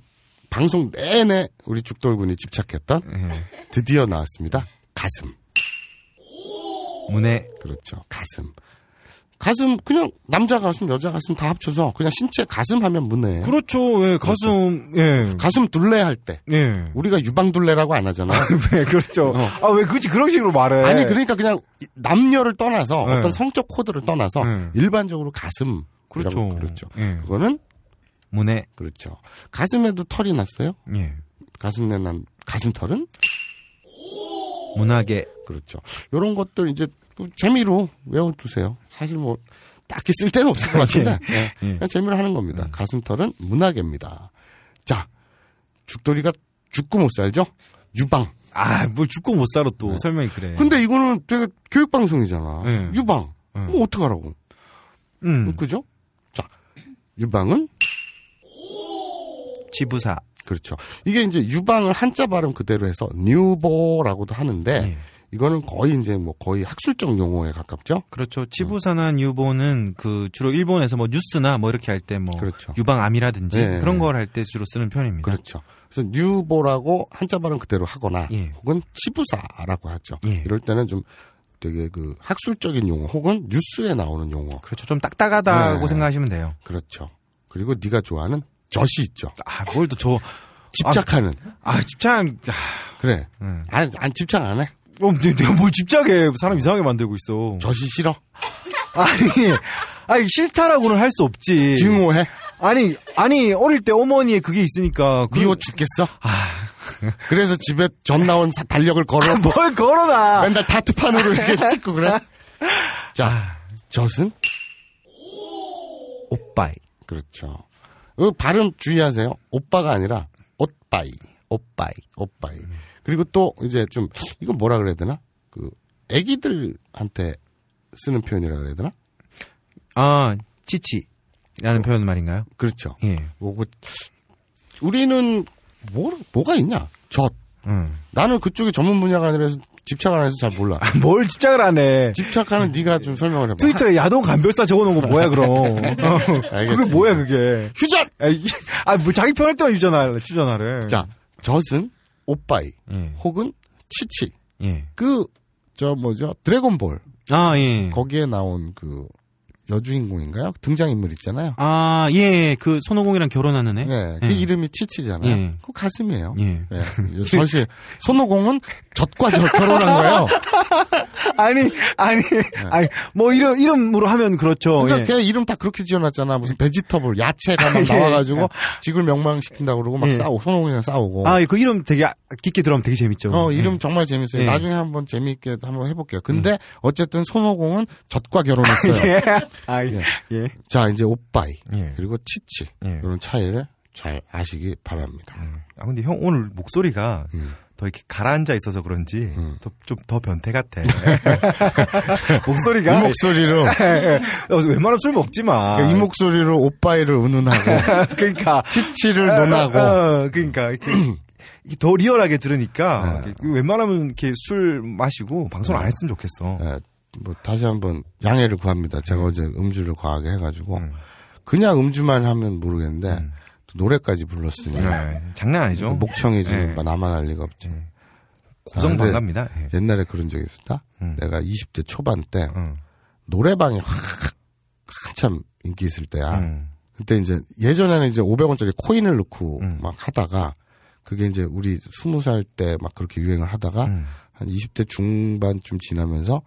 방송 내내 우리 죽돌군이 집착했던 예. 드디어 나왔습니다. 가슴. 문에 그렇죠. 가슴. 가슴 그냥 남자 가슴 여자 가슴 다 합쳐서 그냥 신체 가슴 하면 문에 그렇죠. 예, 가슴, 예. 가슴 둘레 할 때 예. 어. 우리가 유방 둘레라고 안 하잖아요. 네, 그렇죠. 아 왜 굳이 그런 식으로 말해? 아니 그러니까 그냥 이- 남녀를 떠나서 네. 어떤 성적 코드를 떠나서 네. 일반적으로 가슴 그렇죠. 그렇죠. 예. 그거는 문에, 그렇죠. 가슴에도 털이 났어요. 예. 가슴에 난 가슴 털은 문학의 그렇죠. 요런 것들 이제 좀 재미로 외워두세요. 사실 뭐 딱히 쓸 데는 없을 것 같은데 예. 그냥 재미로 하는 겁니다. 예. 가슴털은 문학입니다. 자, 죽돌이가 죽고 못 살죠? 유방. 아, 뭘 죽고 못 살아 또 네. 음. 설명이 그래. 근데 이거는 되게 교육방송이잖아. 네. 유방. 네. 뭐 어떡하라고. 음, 어, 그죠? 자, 유방은? 지부사. 그렇죠. 이게 이제 유방을 한자 발음 그대로 해서 뉴보라고도 하는데 예. 이거는 거의 이제 뭐 거의 학술적 용어에 가깝죠? 그렇죠. 치부사나 유보는 그 주로 일본에서 뭐 뉴스나 뭐 이렇게 할 때 뭐 그렇죠. 유방암이라든지 예, 그런 예. 걸 할 때 주로 쓰는 표현입니다. 그렇죠. 그래서 뉴보라고 한자 발음 그대로 하거나 그러니까 예. 혹은 치부사라고 하죠. 예. 이럴 때는 좀 되게 그 학술적인 용어 혹은 뉴스에 나오는 용어. 그렇죠. 좀 딱딱하다고 네. 생각하시면 돼요. 그렇죠. 그리고 네가 좋아하는 젖이 있죠. 아, 뭘 또 저, 집착하는. 아, 집착, 그래. 음. 안, 안 집착 안 해. 어, 내- 내가 뭘 집착해. 사람 이상하게 만들고 있어. 젖이 싫어. 아니, 아니, 싫다라고는 할 수 없지. 증오해. 아니, 아니, 어릴 때 어머니의 그게 있으니까. 그- 미워 죽겠어. 그래서 집에 젖 나온 사- 달력을 걸어. 뭘 걸어놔. 맨날 다트판으로 이렇게 찍고 그래. 자, 젖은 오빠이, 그렇죠. 그 발음 주의하세요. 오빠가 아니라 오빠이. 오빠이. 오빠이. 그리고 또 이제 좀 이거 뭐라 그래야 되나? 그 애기들한테 쓰는 표현이라 그래야 되나? 아, 치치라는 표현 말인가요? 그렇죠. 예. 뭐고 우리는 뭐, 뭐가 있냐? 젖. 음. 나는 그쪽이 전문 분야가 아니라서 집착 안 해서 잘 몰라. 뭘 집착을 안 해. 집착하는 네가 좀 설명을 해봐. 트위터에 야동 간별사 적어놓은 거 뭐야 그럼? 어, 그게 알겠습니다. 뭐야 그게? 휴전! 에이, 아, 뭐 자기 편할 때만 유전할 주전화를. 자, 젖은 오빠이 예. 혹은 치치. 예. 그 저 뭐죠? 드래곤볼. 아, 음. 예. 거기에 나온 그 여주인공인가요? 등장인물 있잖아요. 아, 예. 그 손오공이랑 결혼하는 애? 네, 음. 그 예. 이름이 치치잖아요. 예. 그 가슴이에요. 예. 예. 사실 손오공은 젖과 젖 결혼한 거예요. 아니 아니 네. 아니 뭐 이름 이름으로 하면 그렇죠. 그러니까 예. 걔 이름 다 그렇게 지어놨잖아. 무슨 베지터블 야채가 막 예. 나와가지고 지구를 멸망시킨다고 그러고 막 예. 싸우고 손오공이랑 뭐. 싸우고. 아, 그 이름 되게 아- 깊게 들어가면 되게 재밌죠. 어 이름 정말 재밌어요. 예. 나중에 한번 재미있게 한번 해볼게요. 근데 어쨌든 손오공은 젖과 결혼했어요. 예. 아, 예. 예. 예. 자 이제 오빠이 예. 그리고 치치 예. 이런 차이를 잘 아시기 바랍니다. 음. 아 근데 형 오늘 목소리가 음. 더 이렇게 가라앉아 있어서 그런지 음. 좀 더 변태 같아. 이 목소리가 목소리로 어, 웬만하면 술 먹지 마. 이 목소리로 오빠이를 운운하고 그러니까 치치를 어, 논하고 어, 그러니까 이렇게 이게 더 리얼하게 들으니까 네. 이렇게 웬만하면 이렇게 술 마시고 방송 안 했으면 좋겠어. 예, 뭐 다시 한번 양해를 구합니다. 제가 어제 음주를 과하게 해가지고 그냥 음주만 하면 모르겠는데 또 노래까지 불렀으니 네, 장난 아니죠? 음. 목청이 네. 예. 지금 막 나만 할 리가 없지. 고성 아, 근데- 반갑니다. 예. 옛날에 그런 적이 있었다. 음. 내가 20대 초반 때 음. 노래방이 확 한참 인기 있을 때야. 음. 그때 이제 예전에는 이제 500원짜리 코인을 넣고 음. 막 하다가 그게 이제 우리 20살 때 막 그렇게 유행을 하다가 음. 한 20대 중반쯤 지나면서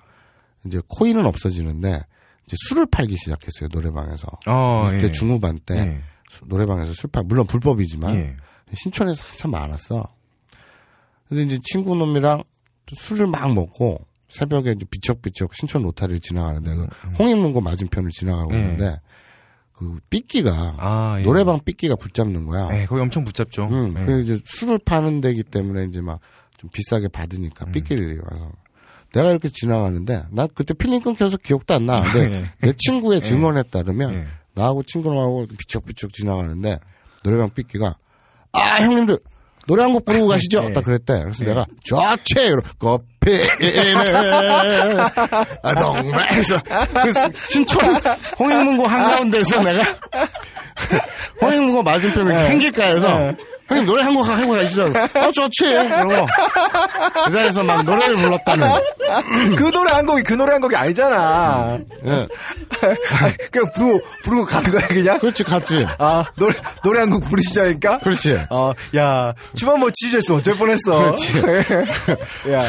이제 코인은 없어지는데 이제 술을 팔기 시작했어요 노래방에서 아, 어, 20대 예. 중후반 네. 때 예. 수- 노래방에서 술팔 물론 불법이지만 예. 신촌에서 한참 많았어 근데 이제 친구 놈이랑 또 술을 막 먹고 새벽에 이제 비척비척 신촌 로타리를 지나가는데 그 홍익문고 맞은편을 지나가고 음, 예. 있는데 그 삐끼가 아, 예. 노래방 삐끼가 붙잡는 거야 예, 거기 엄청 붙잡죠. 음, 예. 그래서 이제 술을 파는 데기 때문에 이제 막 좀 비싸게 받으니까 음. 삐끼들이 와서 내가 이렇게 지나가는데 나 그때 필링 끊겨서 기억도 안 나. 근데 내 친구의 증언에 따르면 예. 나하고 친구하고 비척비척 지나가는데 노래방 삐끼가 아 형님들 노래 한 곡 부르고 가시죠. 딱 그랬대. 그래서 내가 좌채로 커피를 아동에서 그 신촌 홍익문고 한가운데서 내가 홍익문고 맞은편을 행길가에서 형님 노래 한 곡 하고 가시죠. 아 좋지. 그러고 그 자리에서 막 노래를 불렀다는. 그 노래 한 곡이 그 노래 한 곡이 아니잖아. 예. 아니, 그냥 부르고 부르고 가는 거야 그냥. 그렇지 같이. 아 노래 노래 한 곡 부르시자니까. 아, 그렇지. 어야 주만 뭐 취재했어 어쩔 뻔했어. 그렇지. 야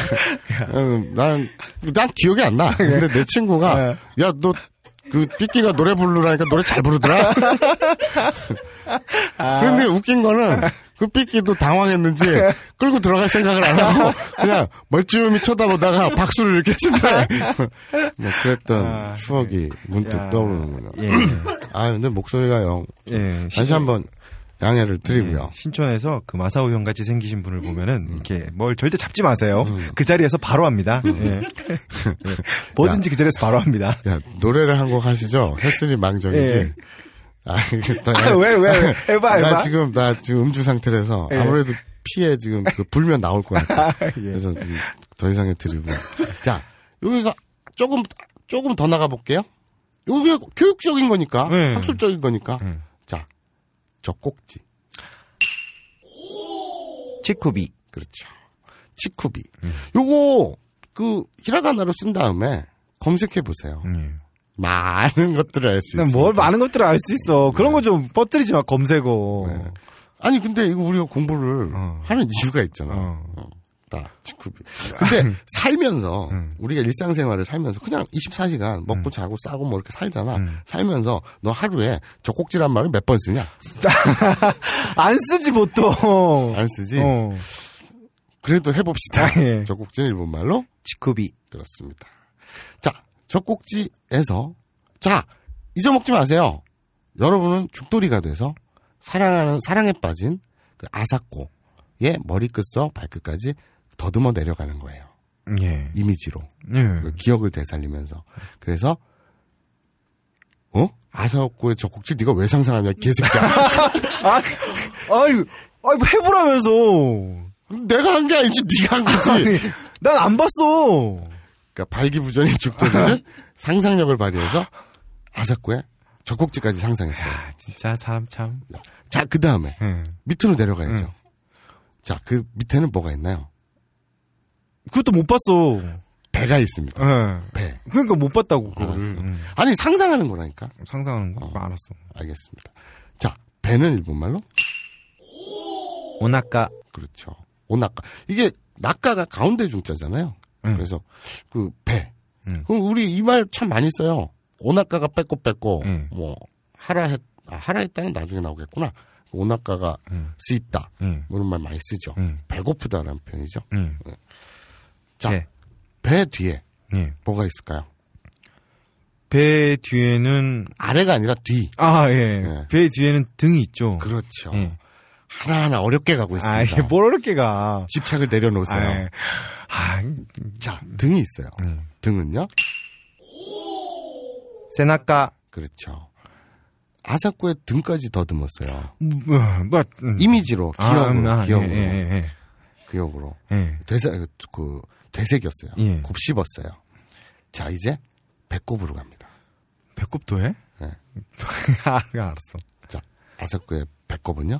어, 난, 난 기억이 안 나. 근데 내 친구가, 야, 너, 그, 삐끼가 노래 부르라니까 노래 잘 부르더라? 그런데 웃긴 거는, 그 삐끼도 당황했는지, 끌고 들어갈 생각을 안 하고, 그냥 멀찌움이 쳐다보다가 박수를 이렇게 친다. 뭐, 그랬던 추억이 문득 떠오르는군요. 아, 근데 목소리가 영. 예. 다시 한번 양해를 드리고요. 신촌에서 그 마사오 형 같이 생기신 분을 보면은 음. 이렇게 뭘 절대 잡지 마세요. 그 자리에서 바로 합니다. 음. 예. 예. 뭐든지 그 자리에서 바로 합니다. 야, 노래를 한 곡 하시죠? 했으니 망정이지. 예. 아, 일단. 아, 왜, 왜, 왜? 해봐, 나 해봐. 지금, 나 지금 음주 상태라서 예. 아무래도 피해 지금 그 불면 나올 것 같아. 예. 그래서 좀더 이상의 드리고. 자, 여기서 조금, 조금 더 나가볼게요. 여기 교육적인 거니까. 예. 학술적인 거니까. 자, 젖꼭지. 치쿠비. 그렇죠. 치쿠비. 예. 요거, 그, 히라가나로 쓴 다음에 검색해보세요. 예. 많은 것들을 알 수 있어요. 뭘 많은 것들을 알 수 있어. 그런 거 좀 퍼뜨리지 마 검색어. 아니 근데 이거 우리가 공부를 어. 하는 이유가 있잖아. 어, 나 직후비. 근데 아. 살면서 음. 우리가 일상생활을 살면서 그냥 24시간 먹고 자고 싸고 뭐 이렇게 살잖아. 음. 살면서 너 하루에 젖꼭지란 말을 몇 번 쓰냐? 안 쓰지 보통. 안 쓰지. 어. 그래도 해봅시다. 예. 젖꼭지는 일본말로 치쿠비. 그렇습니다. 자, 젖꼭지에서 자 잊어먹지 마세요. 여러분은 죽돌이가 돼서 사랑하는 사랑에 빠진 그 아사코의 머리끝서 발끝까지 더듬어 내려가는 거예요. 예. 이미지로 예. 그 기억을 되살리면서 그래서 어 아사코의 젖꼭지 네가 왜 상상하냐 개새끼야. 아, 아유, 아니 뭐 해보라면서. 내가 한 게 아니지, 네가 한 거지. 난 안 봤어. 그러니까 발기부전이 죽더니 상상력을 발휘해서 아사코의 젖꼭지까지 상상했어요. 아, 진짜 사람 참. 자, 그 다음에 예. 응. 밑으로 내려가야죠. 자, 그 밑에는 뭐가 있나요? 그것도 못 봤어. 배가 있습니다. 예. 배. 그러니까 못 봤다고 그거를. 알았어. 음. 아니, 상상하는 거라니까. 상상하는 거 어. 알았어. 알겠습니다. 자, 배는 일본말로? 오나까 그렇죠. 오나카. 이게 낙가가 가운데 중자잖아요. 음. 그래서 그 배. 음. 그럼 우리 이 말 참 많이 써요. 오나카가 뺏고 뺏고 음. 뭐 하라 했 아, 하라 했다는 나중에 나오겠구나. 오나카가 음. 쓰있다. 예. 음. 이런 말 많이 쓰죠. 음. 배고프다라는 표현이죠. 음. 자, 예. 배 뒤에 예. 뭐가 있을까요? 배 뒤에는 아래가 아니라 뒤. 아 예. 예. 배 뒤에는 등이 있죠. 그렇죠. 예. 하나하나 어렵게 가고 있습니다. 아 이게 뭘 이렇게 가. 집착을 내려놓으세요. 아, 예. 아, 자, 등이 있어요. 등은요? 세나까 그렇죠. 아사코의 등까지 더듬었어요. 뭐 음. 이미지로, 아, 기억으로, 아, 기억으로, 예, 예, 기억으로. 예, 예. 되새, 그, 되새겼어요. 예. 곱씹었어요. 자, 이제 배꼽으로 갑니다. 배꼽도 해? 예. 아, 알았어. 자, 아사코의 배꼽은요?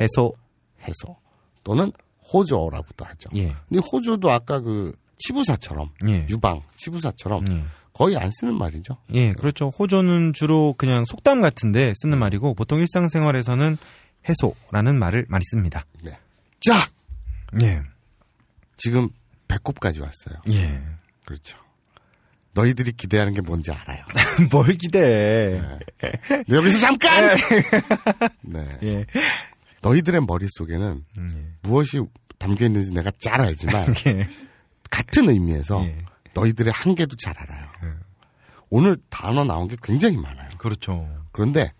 해소. 해소. 또는 호조라고도 하죠. 예. 근데 호조도 아까 그 치부사처럼, 예. 유방, 치부사처럼 예. 거의 안 쓰는 말이죠. 예, 그렇죠. 호조는 주로 그냥 속담 같은데 쓰는 말이고 보통 일상생활에서는 해소라는 말을 많이 씁니다. 네. 자! 예. 지금 배꼽까지 왔어요. 예. 그렇죠. 너희들이 기대하는 게 뭔지 알아요. 뭘 기대해. 네, 여기서 잠깐! 네. 예. 너희들의 머릿속에는 무엇이 담겨 있는지 내가 잘 알지만, 예. 같은 의미에서 너희들의 한계도 잘 알아요. 오늘 단어 나온 게 굉장히 많아요. 그렇죠. 그런데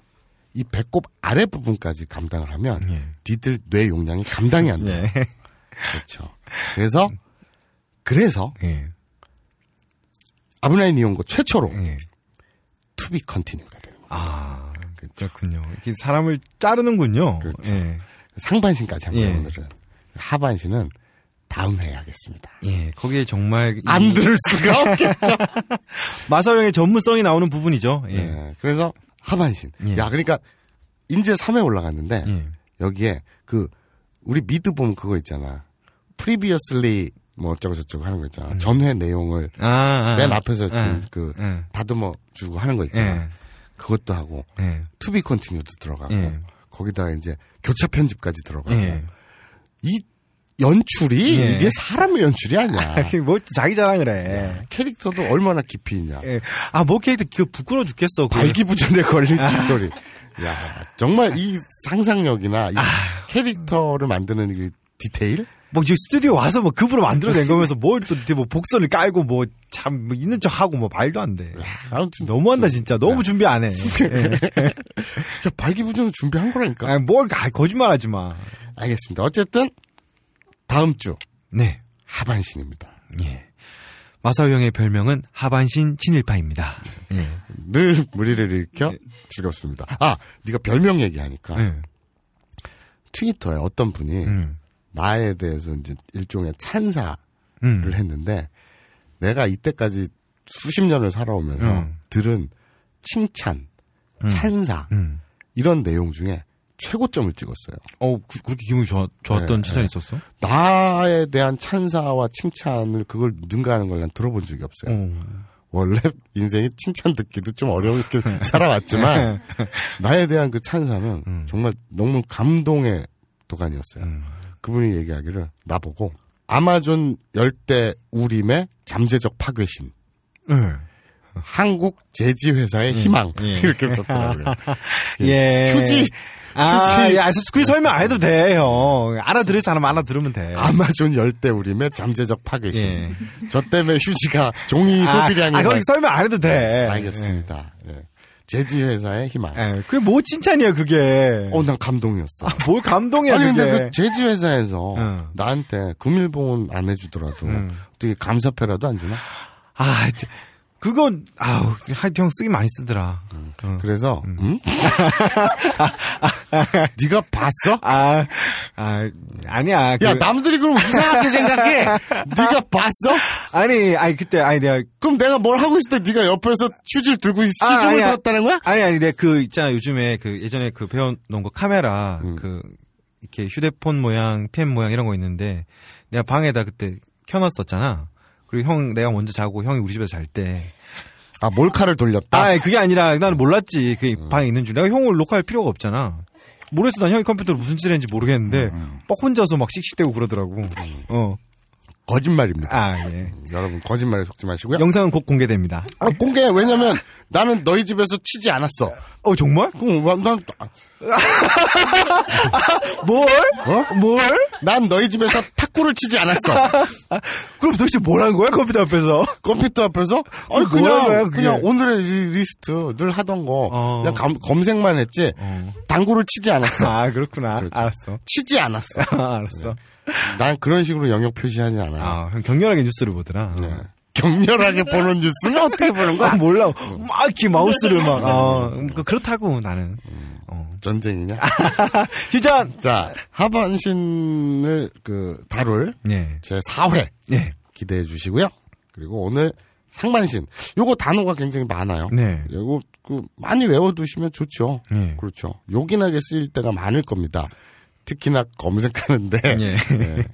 이 배꼽 아래 부분까지 감당을 하면 예. 니들 뇌 용량이 감당이 안 네. 돼요. 그렇죠. 그래서, 그래서 예. 아브나인 이용고 최초로 예. 투비 컨티뉴가 되는 거예요. 아, 그렇죠. 그렇군요. 이렇게 사람을 자르는군요. 그렇죠. 예. 상반신까지 한 거예요, 예. 오늘은. 하반신은 다음 회에 하겠습니다. 예. 거기에 정말 이 안 들을 수가 없게. 마사형의 전문성이 나오는 부분이죠. 예. 예, 그래서 하반신. 예. 야, 그러니까 인제 3회 올라갔는데 네. 예. 여기에 그 우리 미드 보면 그거 있잖아. previously 뭐 어쩌고 저쩌고 하는 거 있잖아. 전회 내용을 아, 예. 아, 아. 맨 앞에서 예. 좀 그 예. 다듬어 주고 하는 거 있잖아. 예. 그것도 하고 예. to be continue도 들어가고 예. 거기다가 이제 교차 편집까지 들어가고 예. 이 연출이 예. 이게 사람의 연출이 아니야. 뭐 자기 자랑을 네. 해. 캐릭터도 얼마나 깊이 있냐. 예. 아, 뭐 캐릭터 그 부끄러워 죽겠어. 그 발기부전에 걸린 아. 죽돌이. 야, 정말 이 상상력이나 이 아. 캐릭터를 만드는 이 디테일? 뭐, 이 스튜디오 와서 뭐, 급으로 만들어낸 거면서 뭘 또, 이렇게 뭐, 복선을 깔고 뭐, 참, 뭐 있는 척 하고 뭐, 말도 안 네. 돼. 아무튼 너무한다, 진짜. 너무 준비 안 해. 그러니까. 예. 야, 발기부전을 준비한 거라니까. 아니, 뭘, 아, 거짓말 하지 마. 알겠습니다. 어쨌든 다음 주 네. 하반신입니다. 예. 마사형의 별명은 하반신 친일파입니다. 늘 무리를 일으켜 예. 즐겁습니다. 아, 네가 별명 얘기하니까 예. 트위터에 어떤 분이 음. 나에 대해서 이제 일종의 찬사를 음. 했는데 내가 이때까지 수십 년을 살아오면서 음. 들은 칭찬, 찬사 음. 이런 내용 중에 최고점을 찍었어요. 어, 그, 그렇게 기분이 좋았, 좋았던 예, 네, 칭찬이 있었어? 나에 대한 찬사와 칭찬을 그걸 능가하는 걸 난 들어본 적이 네. 없어요. 어. 원래 인생이 칭찬 듣기도 좀 어렵게 살아왔지만 나에 대한 그 찬사는 음. 정말 너무 감동의 도가니였어요. 그분이 얘기하기를 나보고 아마존 열대 우림의 잠재적 파괴신, 예. 네. 한국 제지 회사의 희망 이렇게 썼더라고요. 음. 예. 휴지 아, 휴지. 야, 그 설명 안 해도 돼, 형. 알아들을 사람 알아들으면 돼. 네. 아마존 열대 우림의 잠재적 파괴신. 예. 저 때문에 휴지가 종이 소비량이 아, 거기 많- 설명 안 해도 돼. 네, 알겠습니다. 예. 제지 회사의 희망. 예. 예. 그게 뭐 칭찬이야, 네. 그게. 어, 난 감동이었어. 뭘 감동이야, 아니 그게. 근데 그 제지 회사에서 응. 나한테 금일봉은 안 해주더라도 어떻게 감사패라도 안 주나? 아, 이제 그건 아우 하여튼 형 쓰기 많이 쓰더라. 그래서 음? 네가 봤어? 아, 아, 아니야. 그- 야 남들이 그럼 이상하게 생각해. 네가 봤어? 아니, 아니, 그때, 아니, 내가, 그럼 내가 뭘 하고 있을 때 네가 옆에서 휴지를 들고 있- 아, 시중을 아니야. 들었다는 거야? 아니 아니 내가 그 있잖아 요즘에 그 예전에 그 배워놓은 거 카메라 그 이렇게 휴대폰 모양 펜 모양 이런 거 있는데 내가 방에다 그때 켜놨었잖아. 그리고 형 내가 먼저 자고 형이 우리 집에서 잘 때. 아 몰카를 돌렸다. 아 그게 아니라 나는 몰랐지 그 방에 있는 줄. 내가 형을 녹화할 필요가 없잖아. 모르겠어 난 형이 컴퓨터를 무슨 짓을 했는지 모르겠는데 뻑 혼자서 막 씩씩대고 그러더라고. 어. 거짓말입니다. 아 예. 여러분 거짓말에 속지 마시고요. 영상은 곧 공개됩니다. 아, 공개해 왜냐면 나는 너희 집에서 치지 않았어. 어 정말? 그럼 와- 난, 뭘? 어? 뭘? 난 너희 집에서 탁구를 치지 않았어. 아, 그럼 도대체 뭘 한 거야, 컴퓨터 앞에서? 컴퓨터 앞에서 아니 그게 어, 뭐야, 그냥 뭐야, 그게. 그냥 오늘의 리- 리스트 늘 하던 거 어. 그냥 감- 검색만 했지 어. 당구를 치지 않았어. 아, 그렇구나. 알았어. 치지 않았어. 아, 알았어. 난 그런 식으로 영역 표시하지 않아. 요 아형 격렬하게 뉴스를 보더라. 네. 격렬하게 보는 뉴스는 어떻게 보는 아, 거야? 몰라. 막 이렇게 마우스를 막, 어, 아. 음. 그- 그렇다고 나는. 어. 전쟁이냐? 휴전. 자 하반신을 그 다룰 네. 제 4회 네. 기대해 주시고요. 그리고 오늘 상반신 요거 단어가 굉장히 많아요. 네. 요거 그 많이 외워두시면 좋죠. 네. 그렇죠. 요긴하게 쓰일 때가 많을 겁니다. 특히나 검색하는데 예. 네.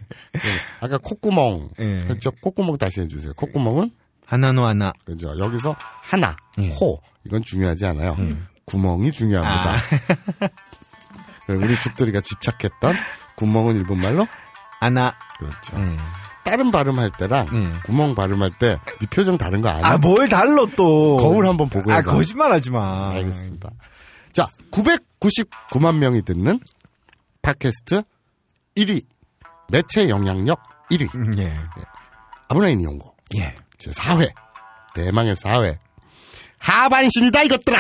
아까 콧구멍 예. 했죠. 콧구멍 다시 해주세요. 콧구멍은 하나노 하나. 그죠. 여기서 하나, 예. 코 이건 중요하지 않아요. 구멍이 중요합니다. 아. 그래서 우리 죽돌이가 집착했던 구멍은 일본말로 하나. 그렇죠. 예. 다른 발음할 때랑 예. 구멍 발음할 때 네 표정 다른 거 네. 아니야? 아, 뭘 달러 또. 거울 한번 보고 아, 해봐. 거짓말 하지 아, 마. 알겠습니다. 자, 999만 명이 듣는 팟캐스트 1위 매체 영향력 1위 음, 예. 아브라인 이용고 예. 제 4회 대망의 4회 하반신이다 이것들아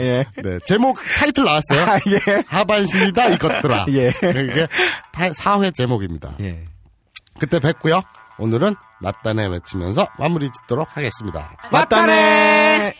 예. 네, 제목 타이틀 나왔어요 아, 예. 하반신이다 이것들아 네, 예. 이게 4회 제목입니다 예. 그때 뵙고요 오늘은 맞다네 외치면서 마무리 짓도록 하겠습니다 맞다네!